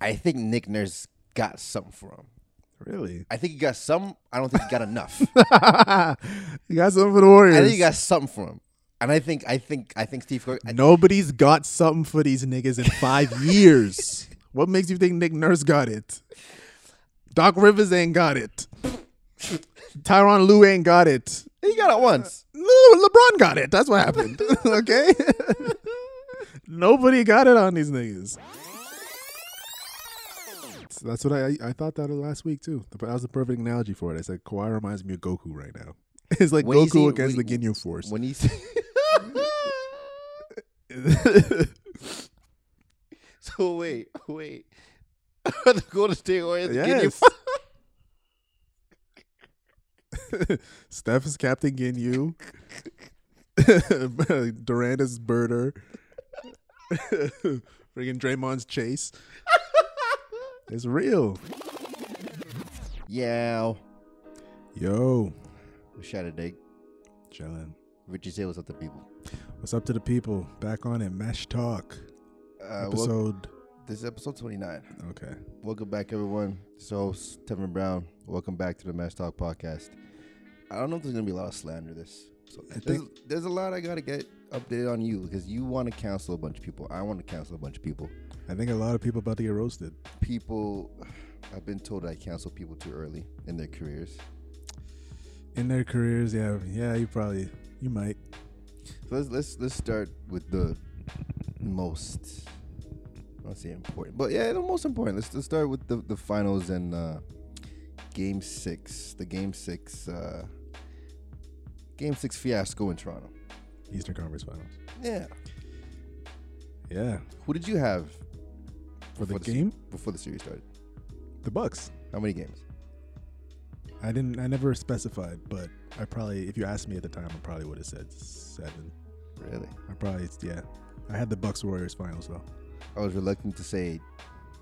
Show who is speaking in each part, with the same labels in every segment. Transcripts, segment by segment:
Speaker 1: I think Nick Nurse got something from.
Speaker 2: Really?
Speaker 1: I think he got some. I don't think he got enough.
Speaker 2: you got something for the Warriors.
Speaker 1: I think he got something from him. And I think I think I think Steve Kerr. I-
Speaker 2: Nobody's got something for these niggas in five years. What makes you think Nick Nurse got it? Doc Rivers ain't got it. Tyron Lue ain't got it.
Speaker 1: he got it once.
Speaker 2: Le- LeBron got it. That's what happened. okay? Nobody got it on these niggas. So that's what I I thought that last week too. That was the perfect analogy for it. I said Kawhi reminds me of Goku right now. It's like
Speaker 1: When you
Speaker 2: Goku
Speaker 1: see-
Speaker 2: against
Speaker 1: when-
Speaker 2: the Ginyu Force.
Speaker 1: When he s- so wait, wait. the Golden State Warriors. Ginyu
Speaker 2: Yes.
Speaker 1: Force.
Speaker 2: Steph is Captain Ginyu. Durant is Birder. Freaking Draymond's Chase. It's real.
Speaker 1: Yeah.
Speaker 2: Yo,
Speaker 1: We shot a dick.
Speaker 2: chillin'.
Speaker 1: Richie Hill was up the people.
Speaker 2: What's up to the people? Back on it. Mesh Talk.
Speaker 1: Uh, wel-
Speaker 2: episode.
Speaker 1: this is episode 29.
Speaker 2: Okay.
Speaker 1: Welcome back, everyone. This is your host, Tevin Brown. Welcome back to the Match Talk Podcast. I don't know if there's going to be a lot of slander this. So
Speaker 2: I
Speaker 1: there's, there's a lot I got to get updated on you because you want to cancel a bunch of people. I want to cancel a bunch of people.
Speaker 2: I think a lot of people about to get roasted.
Speaker 1: People, I've been told I cancel people too early in their careers.
Speaker 2: In their careers, yeah. Yeah, you probably. You might.
Speaker 1: So let's let's let's start with the most. I don't say important, but yeah, the most important. Let's let's start with the the finals and uh, game six. The game six. Uh, game six fiasco in Toronto.
Speaker 2: Eastern Conference Finals.
Speaker 1: Yeah.
Speaker 2: Yeah.
Speaker 1: Who did you have
Speaker 2: For the
Speaker 1: Before the-
Speaker 2: game,
Speaker 1: before the series started?
Speaker 2: the Bucks.
Speaker 1: How many games?
Speaker 2: I didn't. I never specified, but I probably, if you asked me at the time, I probably would have said seven.
Speaker 1: Really?
Speaker 2: I probably, yeah. I had the Bucks Warriors finals though.
Speaker 1: I was reluctant to say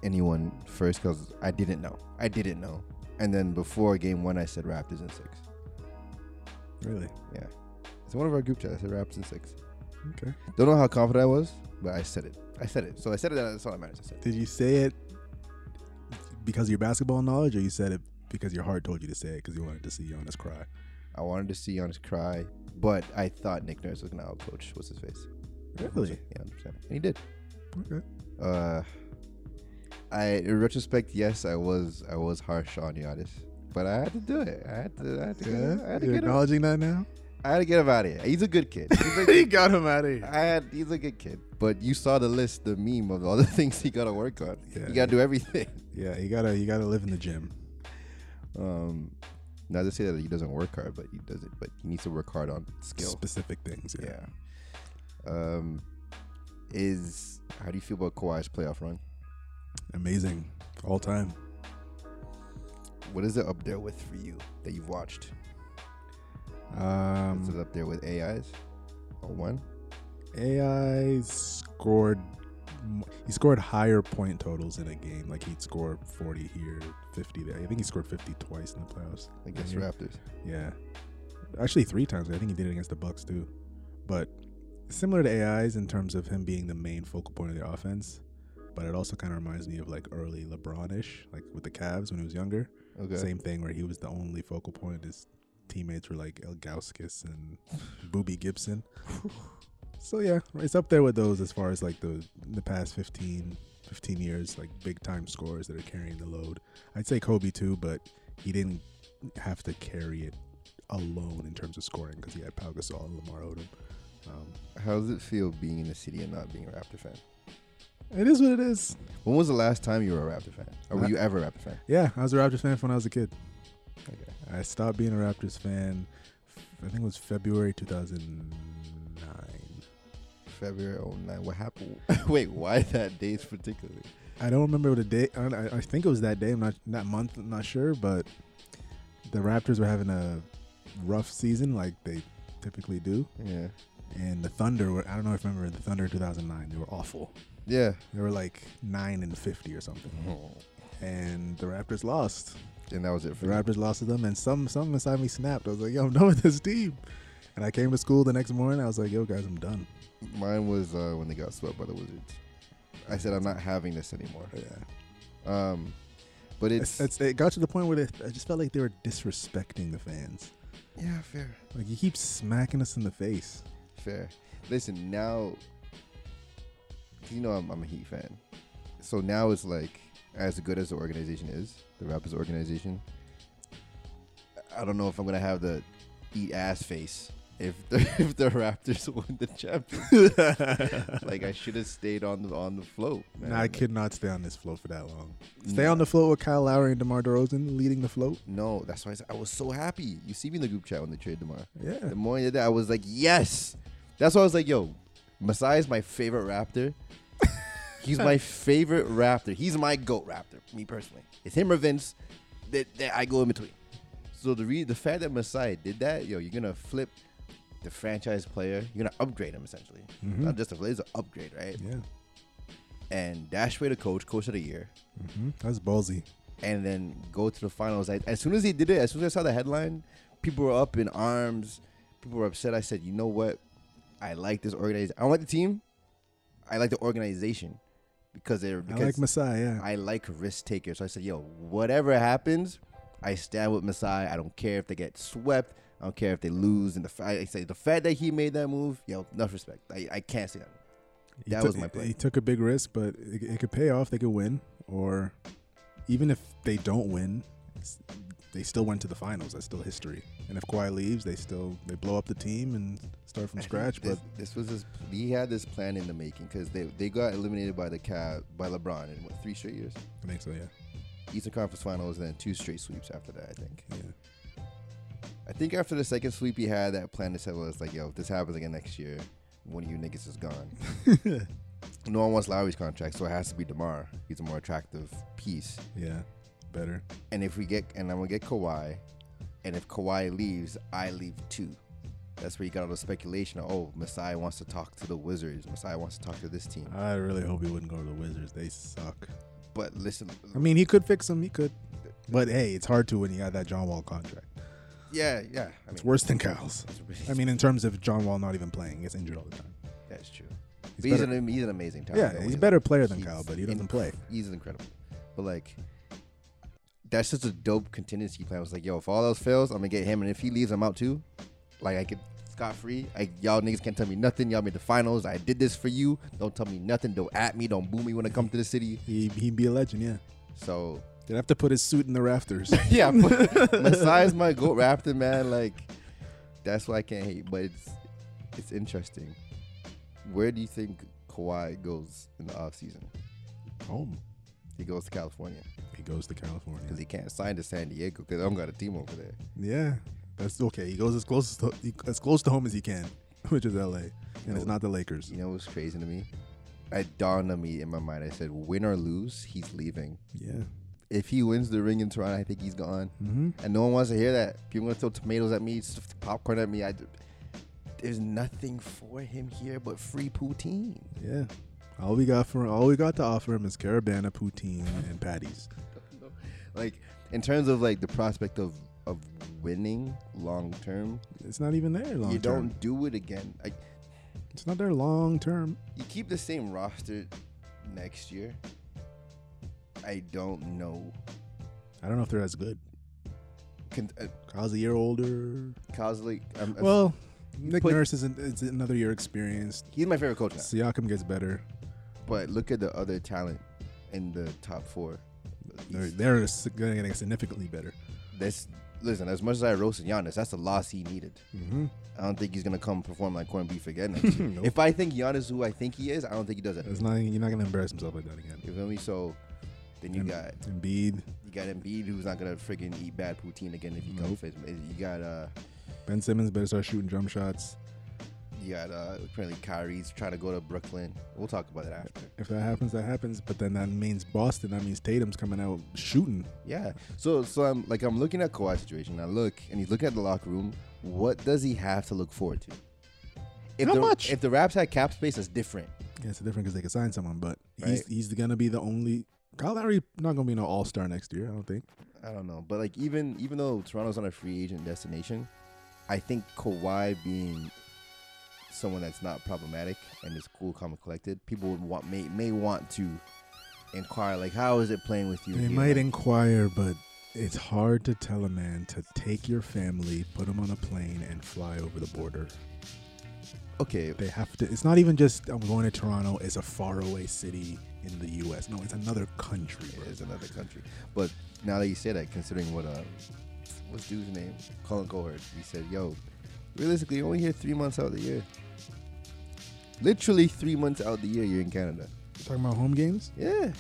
Speaker 1: anyone first because I didn't know. I didn't know. And then before game one, I said Raptors in six.
Speaker 2: Really?
Speaker 1: Yeah. It's in one of our group chats. I said Raptors in six.
Speaker 2: Okay.
Speaker 1: Don't know how confident I was, but I said it. I said it. So I said it. That's all that matters. I said it.
Speaker 2: Did you say it because of your basketball knowledge, or you said it because your heart told you to say it because you wanted to see Giannis cry?
Speaker 1: I wanted to see Giannis cry, but I thought Nick Nurse was gonna outcoach. What's his face?
Speaker 2: Really?
Speaker 1: Yeah, 100%. And he did.
Speaker 2: Okay.
Speaker 1: Uh, I in retrospect, yes, I was I was harsh on Giannis, but I had to do it. I had to. I had to. Get, I
Speaker 2: Yeah.
Speaker 1: had to
Speaker 2: You're
Speaker 1: get him.
Speaker 2: acknowledging that now.
Speaker 1: I had to get him out of here. He's a good kid. He's a
Speaker 2: he
Speaker 1: good,
Speaker 2: got him out of here.
Speaker 1: I had. He's a good kid. But you saw the list, the meme of all the things he gotta work on.
Speaker 2: Yeah.
Speaker 1: You gotta do everything.
Speaker 2: Yeah, you gotta you gotta live in the gym.
Speaker 1: Um, not to say that he doesn't work hard, but he doesn't. But he needs to work hard on skill.
Speaker 2: Specific things. Yeah.
Speaker 1: Yeah. Um, is how do you feel about Kawhi's playoff run?
Speaker 2: Amazing. All time.
Speaker 1: What is it up there with for you that you've watched?
Speaker 2: Um,
Speaker 1: is it up there with AIs? Oh, one.
Speaker 2: AI scored. m- He scored higher point totals in a game. Like he'd score forty here, fifty there. I think he scored fifty twice in the playoffs.
Speaker 1: against
Speaker 2: Yeah.
Speaker 1: Raptors.
Speaker 2: Yeah, actually three times. I think he did it against the Bucks too. But similar to AI's in terms of him being the main focal point of the offense. But it also kind of reminds me of like early LeBron-ish, like with the Cavs when he was younger.
Speaker 1: Okay.
Speaker 2: Same thing where he was the only focal point. His teammates were like Elgauskas and Booby Gibson. So yeah, it's up there with those as far as like the the past 15, 15 years, like big time scores that are carrying the load. I'd say Kobe too, but he didn't have to carry it alone in terms of scoring because he had Pau Gasol and Lamar Odom. Um,
Speaker 1: How does it feel being in the city and not being a Raptor fan?
Speaker 2: it is what it is.
Speaker 1: When was the last time you were a Raptor fan? Or were
Speaker 2: Uh,
Speaker 1: you ever a Raptor fan?
Speaker 2: Yeah, I was a Raptors fan when I was a kid.
Speaker 1: Okay.
Speaker 2: I stopped being a Raptors fan. I think it was February 2009.
Speaker 1: February 09. What happened? Wait, why that date particularly?
Speaker 2: I don't remember the day. I, don't- I I think it was that day. I'm not that month. I'm not sure, but the Raptors were having a rough season, like they typically do.
Speaker 1: Yeah.
Speaker 2: And the Thunder were. I don't know if you remember the Thunder in 2009. They were awful.
Speaker 1: Yeah.
Speaker 2: They were like nine and 50 or something. And the Raptors lost.
Speaker 1: And that was it
Speaker 2: The
Speaker 1: for you.
Speaker 2: Raptors lost to them, and some some inside me snapped. I was like, "Yo, I'm done with this team." And I came to school the next morning. I was like, "Yo, guys, I'm done."
Speaker 1: Mine was uh, when they got swept by the Wizards. I said, I'm not having this anymore.
Speaker 2: Yeah.
Speaker 1: Um, but it's,
Speaker 2: It's, it's, it got to the point where they, I just felt like they were disrespecting the fans.
Speaker 1: yeah, fair,
Speaker 2: Like you keep smacking us in the face.
Speaker 1: fair. Listen, now you know I'm, I'm a Heat fan, so now it's like as good as the organization is, the Raptors organization. I don't know if I'm gonna have the eat ass face if the if the Raptors win the championship. like I should have stayed on the on the float. Man.
Speaker 2: Nah, I
Speaker 1: Like,
Speaker 2: could not stay on this float for that long. Stay
Speaker 1: Nah.
Speaker 2: on the float with Kyle Lowry and DeMar DeRozan leading the float.
Speaker 1: No, that's why I, said, I was so happy. You see me in the group chat when they trade tomorrow.
Speaker 2: Yeah.
Speaker 1: The morning that I was like, yes. That's why I was like, yo, Masai is my favorite Raptor. He's my favorite Raptor. He's my goat Raptor, me personally. It's him or Vince that, that I go in between. So the re- the fact that Masai did that, yo, you're gonna flip the franchise player. You're gonna upgrade him essentially.
Speaker 2: Mhm.
Speaker 1: Not just a player, it's an upgrade, right?
Speaker 2: Yeah.
Speaker 1: And dash way to coach, coach of the year
Speaker 2: hmm That's ballsy.
Speaker 1: and then go to the finals. I, as soon as he did it, as soon as I saw the headline, people were up in arms. People were upset. I said, you know what? I like this organization. I don't like the team. I like the organization because they're because
Speaker 2: I like Masai. Yeah.
Speaker 1: I like risk takers. So I said, yo, whatever happens, I stand with Masai. I don't care if they get swept. I don't care if they lose. And the fa- I say the fact that he made that move, yo, enough respect. I, I can't say that.
Speaker 2: He
Speaker 1: That
Speaker 2: took-
Speaker 1: was my play.
Speaker 2: He took a big risk, but it, it could pay off. They could win, or even if they don't win, it's- they still went to the finals. That's still history. And if Kawhi leaves, they still they blow up the team and start from scratch.
Speaker 1: This,
Speaker 2: But
Speaker 1: this was his. He had this plan in the making because they they got eliminated by the Cavs by LeBron in what three straight years,
Speaker 2: I think so. Yeah.
Speaker 1: Eastern Conference Finals, and then two straight sweeps after that. I think.
Speaker 2: Yeah.
Speaker 1: I think after the second sweep, he had that plan to settle. It's like, yo, if this happens again next year, one of you niggas is gone. no one wants Lowry's contract, so it has to be Demar. He's a more attractive piece.
Speaker 2: Yeah. Better.
Speaker 1: And if we get, and I'm gonna get Kawhi, and if Kawhi leaves, I leave too. That's where you got all the speculation. Of, oh, Masai wants to talk to the Wizards. Masai wants to talk to this team.
Speaker 2: I really hope he wouldn't go to the Wizards. They suck.
Speaker 1: But listen,
Speaker 2: I mean, he could fix them. He could. But hey, it's hard to when you got that John Wall contract.
Speaker 1: yeah, yeah. I mean,
Speaker 2: It's worse than Kyle's. I mean, in terms of John Wall not even playing, he gets injured all the time.
Speaker 1: that's true.
Speaker 2: He's
Speaker 1: But He's,
Speaker 2: better-
Speaker 1: an, he's an amazing talent.
Speaker 2: yeah,
Speaker 1: though.
Speaker 2: he's a better player than
Speaker 1: he's
Speaker 2: Kyle, but he doesn't play.
Speaker 1: He's incredible. But like, that's just a dope contingency plan. I was like, yo, if all else fails, I'm gonna get him, and if he leaves, I'm out too. Like, I could scot free. I y'all niggas can't tell me nothing. Y'all made the finals. I did this for you. Don't tell me nothing. Don't at me. Don't boo me when I come to the city.
Speaker 2: He he'd be a legend, yeah.
Speaker 1: So
Speaker 2: They'd have to put his suit in the rafters.
Speaker 1: yeah, but Masai's my goat raptor, man. Like that's why I can't hate, but it's it's interesting. Where do you think Kawhi goes in the off season?
Speaker 2: Home.
Speaker 1: He goes to California
Speaker 2: Oh, He goes to
Speaker 1: because
Speaker 2: California.
Speaker 1: he can't sign to San Diego because I don't got a team over there.
Speaker 2: Yeah, that's okay. He goes as close to, as close to home as he can, which is L.A. And it's not the Lakers.
Speaker 1: You know what's crazy to me? It dawned on me in my mind. I said, win or lose, he's leaving.
Speaker 2: Yeah.
Speaker 1: If he wins the ring in Toronto, I think he's gone.
Speaker 2: Mm-hmm.
Speaker 1: And no one wants to hear that. People gonna throw tomatoes at me, stuff popcorn at me. I, there's nothing for him here but free poutine.
Speaker 2: Yeah. All we got for all we got to offer him is Carabana, poutine, and patties.
Speaker 1: like in terms of like the prospect of of winning long term
Speaker 2: It's not even there long
Speaker 1: you
Speaker 2: term.
Speaker 1: don't do it again like
Speaker 2: It's not there long term.
Speaker 1: you keep the same roster next year i don't know
Speaker 2: I don't know if they're as good.
Speaker 1: Can, uh,
Speaker 2: Kyle's a year older.
Speaker 1: Cosley, I'm, I'm-
Speaker 2: Well, Nick
Speaker 1: put-
Speaker 2: Nurse isn't. It's another year experienced.
Speaker 1: he's my favorite coach now
Speaker 2: Siakam gets better.
Speaker 1: but look at the other talent in the top four
Speaker 2: They're, they're s- getting significantly better.
Speaker 1: that's listen as much as i roasted Giannis, that's a loss he needed
Speaker 2: Mm-hmm.
Speaker 1: i don't think he's gonna come perform like corned beef again next year.
Speaker 2: Nope.
Speaker 1: if i think Giannis who i think he is i don't think he does it
Speaker 2: It's not. You're not gonna embarrass himself like that again.
Speaker 1: you feel me so then you
Speaker 2: Em-
Speaker 1: got
Speaker 2: Embiid,
Speaker 1: You got Embiid, who's not gonna freaking eat bad poutine again if he comes. for his- You got uh,
Speaker 2: Ben Simmons better start shooting jump shots.
Speaker 1: you got uh, apparently Kyrie's trying to go to Brooklyn. We'll talk about that after.
Speaker 2: If that happens, that happens. But then that means Boston. That means Tatum's coming out shooting.
Speaker 1: Yeah. So so I'm like I'm looking at Kawhi's situation. I look and he's looking at the locker room. What does he have to look forward to? If
Speaker 2: Not
Speaker 1: the,
Speaker 2: much.
Speaker 1: If the Raps had cap space, that's different.
Speaker 2: Yeah, it's different because they could sign someone, but
Speaker 1: Right.
Speaker 2: he's he's gonna be the only. Kyle Lowry not gonna be no All Star next year. I don't think.
Speaker 1: I don't know, but like even even though Toronto's not a free agent destination, I think Kawhi being someone that's not problematic and is cool, calm, and collected, people would want may may want to inquire like how is it playing with you?
Speaker 2: They
Speaker 1: here?
Speaker 2: might
Speaker 1: Like,
Speaker 2: inquire, but it's hard to tell a man to take your family, put them on a plane, and fly over the border.
Speaker 1: okay,
Speaker 2: They have to. It's not even just I'm going to Toronto. It's a faraway city in the U.S. No, it's another country.
Speaker 1: it
Speaker 2: bro.
Speaker 1: is another country. But now that you say that, considering what uh, what's dude's name, Colin Cowherd, he said, "Yo, realistically, you're only here three months out of the year. Literally three months out of the year, you're in Canada.
Speaker 2: Talking about home games,
Speaker 1: Yeah,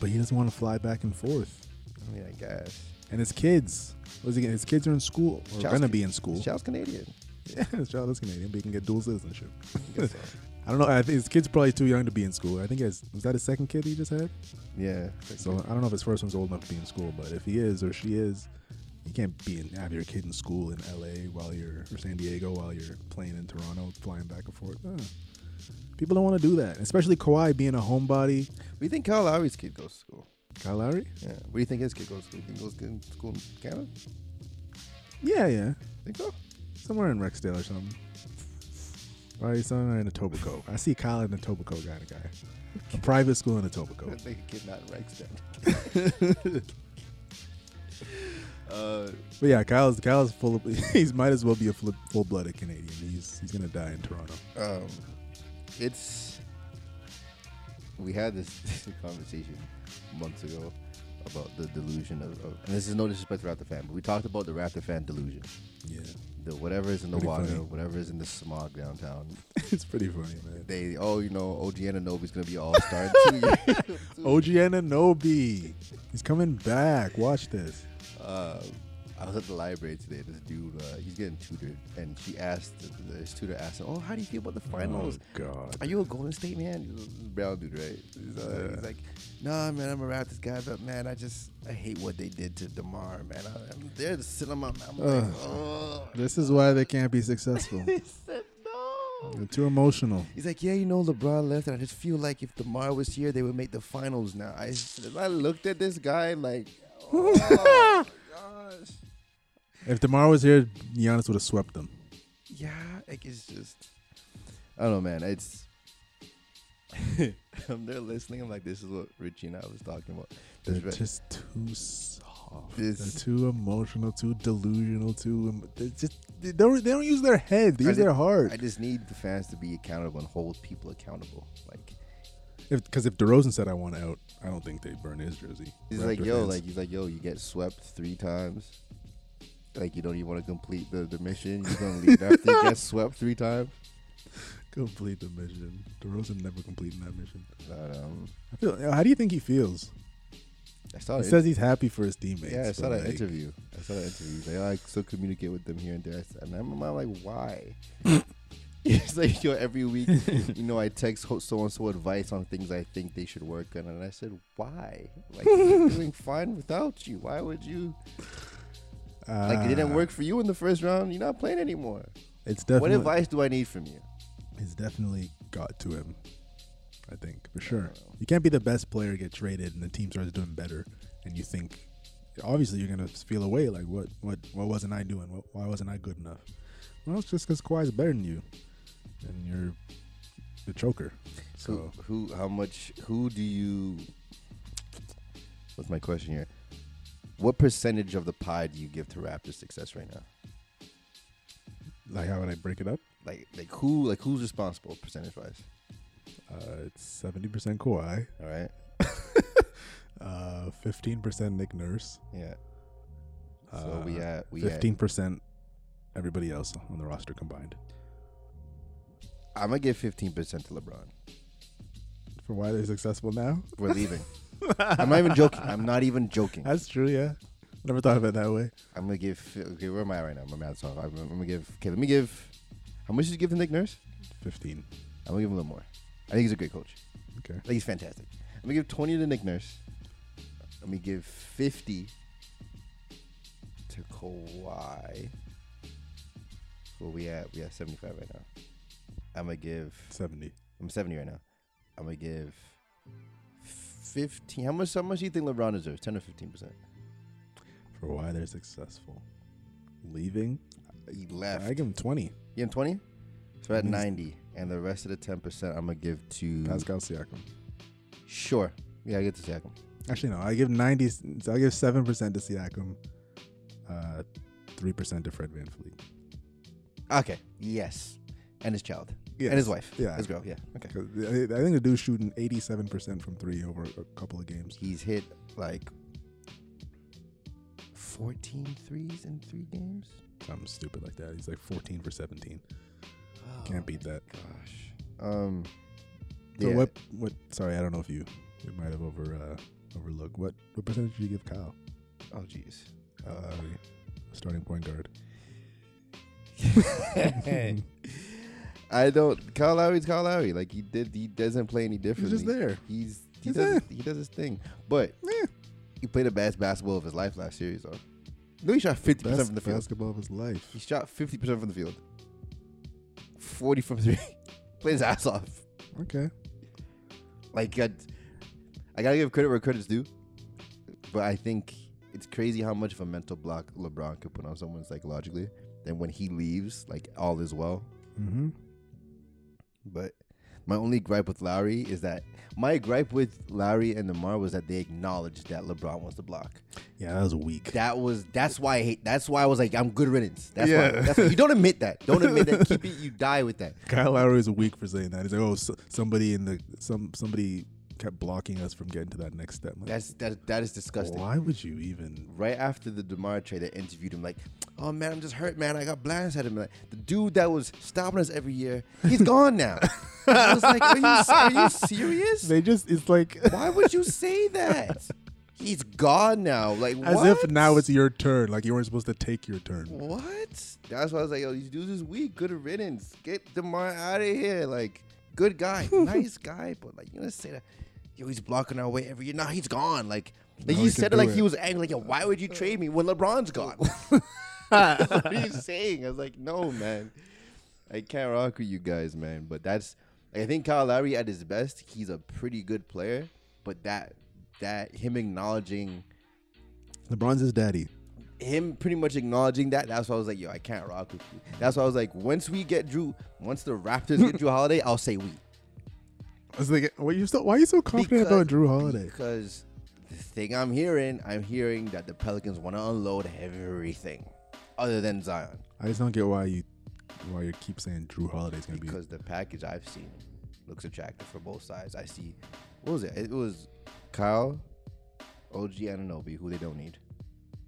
Speaker 2: but he doesn't want to fly back and forth.
Speaker 1: I mean, I guess.
Speaker 2: And his kids. What's he getting? His kids are in school.
Speaker 1: Child's
Speaker 2: Or gonna
Speaker 1: ca-
Speaker 2: be in school.
Speaker 1: Child's Canadian.
Speaker 2: yeah, his child is Canadian, but he can get dual citizenship.
Speaker 1: I guess so.
Speaker 2: I don't know. I think his kid's probably too young to be in school. I think his was that his second kid he just had.
Speaker 1: yeah.
Speaker 2: So I don't know if his first one's old enough to be in school, but if he is or she is, you can't be in, have your kid in school in L.A. while you're or San Diego while you're playing in Toronto, flying back and forth. Uh, people don't want to do that, especially Kawhi being a homebody.
Speaker 1: We think Kyle Lowry's kid goes to school.
Speaker 2: Kyle Lowry?
Speaker 1: Yeah. Where do you think his kid goes to school? You think he goes to school in Canada?
Speaker 2: Yeah, yeah,
Speaker 1: Think so?
Speaker 2: somewhere in Rexdale or something. Probably somewhere in Etobicoke. I see Kyle in Etobicoke kind of guy. A private school in
Speaker 1: I
Speaker 2: Etobicoke.
Speaker 1: think a kid not in uh,
Speaker 2: But yeah, Kyle's Kyle's full of. He's might as well be a full blooded Canadian. He's he's gonna die in Toronto.
Speaker 1: um, it's we had this conversation months ago about the delusion of, of and this is no disrespect to Raptor fan, but we talked about the Raptor fan delusion.
Speaker 2: Yeah,
Speaker 1: The whatever is in the
Speaker 2: Pretty
Speaker 1: water,
Speaker 2: funny.
Speaker 1: whatever is in the smog downtown.
Speaker 2: it's pretty funny, man.
Speaker 1: They oh you know OG Ananobi's gonna be all star in two years.
Speaker 2: OG Ananobi. He's coming back. Watch this.
Speaker 1: Um, I was at the library today. This dude, uh, he's getting tutored, and she asked his tutor asked him, "Oh, how do you feel about the
Speaker 2: Mm.
Speaker 1: finals?
Speaker 2: God.
Speaker 1: Are you a Golden State man? He's a brown dude, right?" He's, uh,
Speaker 2: Yeah.
Speaker 1: he's like, "Nah, man, I'm a Raptors guy, but man, I just I hate what they did to Demar, man. I, I'm there to sit on my, I'm like,
Speaker 2: Ugh.
Speaker 1: oh."
Speaker 2: This is why they can't be successful.
Speaker 1: He said, "No."
Speaker 2: They're too emotional.
Speaker 1: He's like, yeah, you know, LeBron left, and I just feel like if Demar was here, they would make the finals. Now, I I looked at this guy like, oh my gosh.
Speaker 2: If Demar was here, Giannis would have swept them.
Speaker 1: Yeah, like it's just. I don't know, man. It's. I'm there listening. I'm like, this is what Richie and I was talking about.
Speaker 2: They're
Speaker 1: This re-
Speaker 2: just too soft.
Speaker 1: This-
Speaker 2: They're too emotional. Too delusional. Too. em- They just they don't they don't use their head. They
Speaker 1: I
Speaker 2: use
Speaker 1: did-
Speaker 2: their heart.
Speaker 1: I just need the fans to be accountable and hold people accountable. Like,
Speaker 2: Because if, DeRozan said I want out, I don't think they burn his jersey.
Speaker 1: he's like, yo, like he's like, yo, you get swept three times. Like you don't even want to complete the, the mission. You're gonna leave after you get swept three times.
Speaker 2: complete the mission. DeRozan never completing that mission.
Speaker 1: But, um,
Speaker 2: I feel. How do you think he feels?
Speaker 1: I saw
Speaker 2: He
Speaker 1: Oh, it.
Speaker 2: says he's happy for his teammates.
Speaker 1: Yeah, I saw
Speaker 2: but,
Speaker 1: that
Speaker 2: like,
Speaker 1: interview. I saw that interview. They like still communicate with them here and there. I said- And I'm, I'm like, why? it's like yo, every week, you know, I text so and so advice on things I think they should work on, and I said, why? Like, I'm doing fine without you. Why would you? Like, it didn't
Speaker 2: Ah,
Speaker 1: work for you in the first round. You're not playing anymore.
Speaker 2: It's definitely.
Speaker 1: What advice do I need from you?
Speaker 2: It's definitely got to him. I think for sure.
Speaker 1: Oh,
Speaker 2: You can't be the best player get traded and the team starts doing better, and you think, obviously you're gonna feel away. Like what? What? What wasn't I doing? What, why wasn't I good enough? Well, it's just because Kawhi's better than you, and you're the choker. So
Speaker 1: Who, who, how much, who do you, what's my question here? What percentage of the pie do you give to Raptors' success right now?
Speaker 2: like, how would I break it up?
Speaker 1: like like who like who's responsible percentage wise?
Speaker 2: Uh, it's seventy percent Kawhi,
Speaker 1: All right.
Speaker 2: uh, fifteen percent Nick Nurse,
Speaker 1: Yeah. So
Speaker 2: Uh,
Speaker 1: we at we
Speaker 2: fifteen percent everybody else on the roster combined.
Speaker 1: at I'm gonna give fifteen percent to LeBron.
Speaker 2: For why they're successful now?
Speaker 1: We're leaving. I'm not even joking. I'm not even joking.
Speaker 2: That's true, yeah. Never thought of it that way.
Speaker 1: I'm gonna give. fi- Okay, where am I right now? My math's off. I'm, I'm gonna give. Okay, let me give. How much did you give to Nick Nurse?
Speaker 2: 15.
Speaker 1: I'm gonna give him a little more. I think he's a great coach.
Speaker 2: Okay.
Speaker 1: I think he's fantastic. I'm gonna give twenty to Nick Nurse. Let me give fifty to Kawhi. Where we at? We at seventy five right now. I'm gonna give
Speaker 2: 70.
Speaker 1: I'm 70 right now. I'm gonna give 15. How much? How much do you think LeBron deserves? 10 or 15 percent?
Speaker 2: For why they're successful. Leaving?
Speaker 1: He left.
Speaker 2: I give him 20.
Speaker 1: you in 20? So we're at
Speaker 2: Means- Mm.
Speaker 1: 90, and the rest of the 10 percent, I'm gonna give to
Speaker 2: Pascal Siakam.
Speaker 1: Sure. Yeah, I get to Siakam.
Speaker 2: Actually, no. I give ninety. So I give seven percent to Siakam, uh, three percent to Fred VanVleet.
Speaker 1: Okay. Yes. And his child.
Speaker 2: Yes.
Speaker 1: And his wife.
Speaker 2: Yeah.
Speaker 1: His girl. Yeah. Okay.
Speaker 2: 'Cause I I think the dude's shooting eighty-seven percent from three over a couple of games.
Speaker 1: He's hit like 14 threes in three games.
Speaker 2: Something stupid like that. He's like fourteen for seventeen.
Speaker 1: Oh,
Speaker 2: Can't beat that.
Speaker 1: Gosh. Um.
Speaker 2: So
Speaker 1: yeah.
Speaker 2: what? What? Sorry, I don't know if you you might have over uh, overlooked. What? What percentage did you give Kyle?
Speaker 1: Oh, jeez.
Speaker 2: Uh, starting point guard.
Speaker 1: I don't. Kyle Lowry's Kyle Lowry. Like he did. He doesn't play any
Speaker 2: He's
Speaker 1: differently.
Speaker 2: just there.
Speaker 1: He's he
Speaker 2: He's
Speaker 1: does he does his thing. But
Speaker 2: Yeah.
Speaker 1: he played the best basketball of his life last series. Though. No, he shot fifty percent
Speaker 2: Best
Speaker 1: from the field.
Speaker 2: basketball of his life.
Speaker 1: He shot fifty percent from the field. Forty from three. Played his ass off.
Speaker 2: Okay.
Speaker 1: Like I, I gotta give credit where credit's due. But I think it's crazy how much of a mental block LeBron could put on someone psychologically. Then when he leaves, like all is well.
Speaker 2: Mm-hmm.
Speaker 1: But my only gripe with Lowry is that my gripe with Lowry and Demar was that they acknowledged that LeBron was the block.
Speaker 2: Yeah, that was weak.
Speaker 1: That was that's why I hate. That's why I was like, I'm good riddance. That's why.
Speaker 2: Yeah.
Speaker 1: That's why. You don't admit that. Don't admit that. Keep it. You die with that.
Speaker 2: Kyle Lowry is weak for saying that. He's like, oh, so, somebody in the some somebody kept blocking us from getting to that next step. Like,
Speaker 1: That's that. That is disgusting.
Speaker 2: why would you even?
Speaker 1: Right after the Demar trade, they interviewed him like, "Oh man, I'm just hurt, man. I got blindsided." Man. The dude that was stopping us every year, he's gone now. I was like, "Are you, are you serious?
Speaker 2: They just it's like
Speaker 1: Why would you say that? He's gone now. Like
Speaker 2: as
Speaker 1: what?
Speaker 2: if now it's your turn. Like you weren't supposed to take your turn.
Speaker 1: What? That's why I was like, yo, these dudes is weak. Good riddance. Get Demar out of here. Like, good guy, nice guy, but like, you gonna say that? Yo, he's blocking our way every year. Nah, he's gone. Like, like
Speaker 2: Now
Speaker 1: he
Speaker 2: he can
Speaker 1: said it
Speaker 2: do
Speaker 1: like
Speaker 2: it.
Speaker 1: he was angry. Like, yo, why would you trade me when LeBron's gone? what are you saying? I was like, no, man. I can't rock with you guys, man. But that's, I think Kyle Lowry at his best, he's a pretty good player. But that, that him acknowledging
Speaker 2: LeBron's his daddy.
Speaker 1: him pretty much acknowledging that. That's why I was like, yo, I can't rock with you. That's why I was like, once we get Drew, once the Raptors get Drew Holiday, I'll say we.
Speaker 2: I was like, why are you so why are you so confident about Drew Holiday?
Speaker 1: Because the thing I'm hearing, I'm hearing that the Pelicans want to unload everything other than Zion.
Speaker 2: I just don't get why you why you keep saying Drew Holiday's gonna be.
Speaker 1: Because the package I've seen looks attractive for both sides. I see, what was it? It was Kyle, OG Ananobi, who they don't need.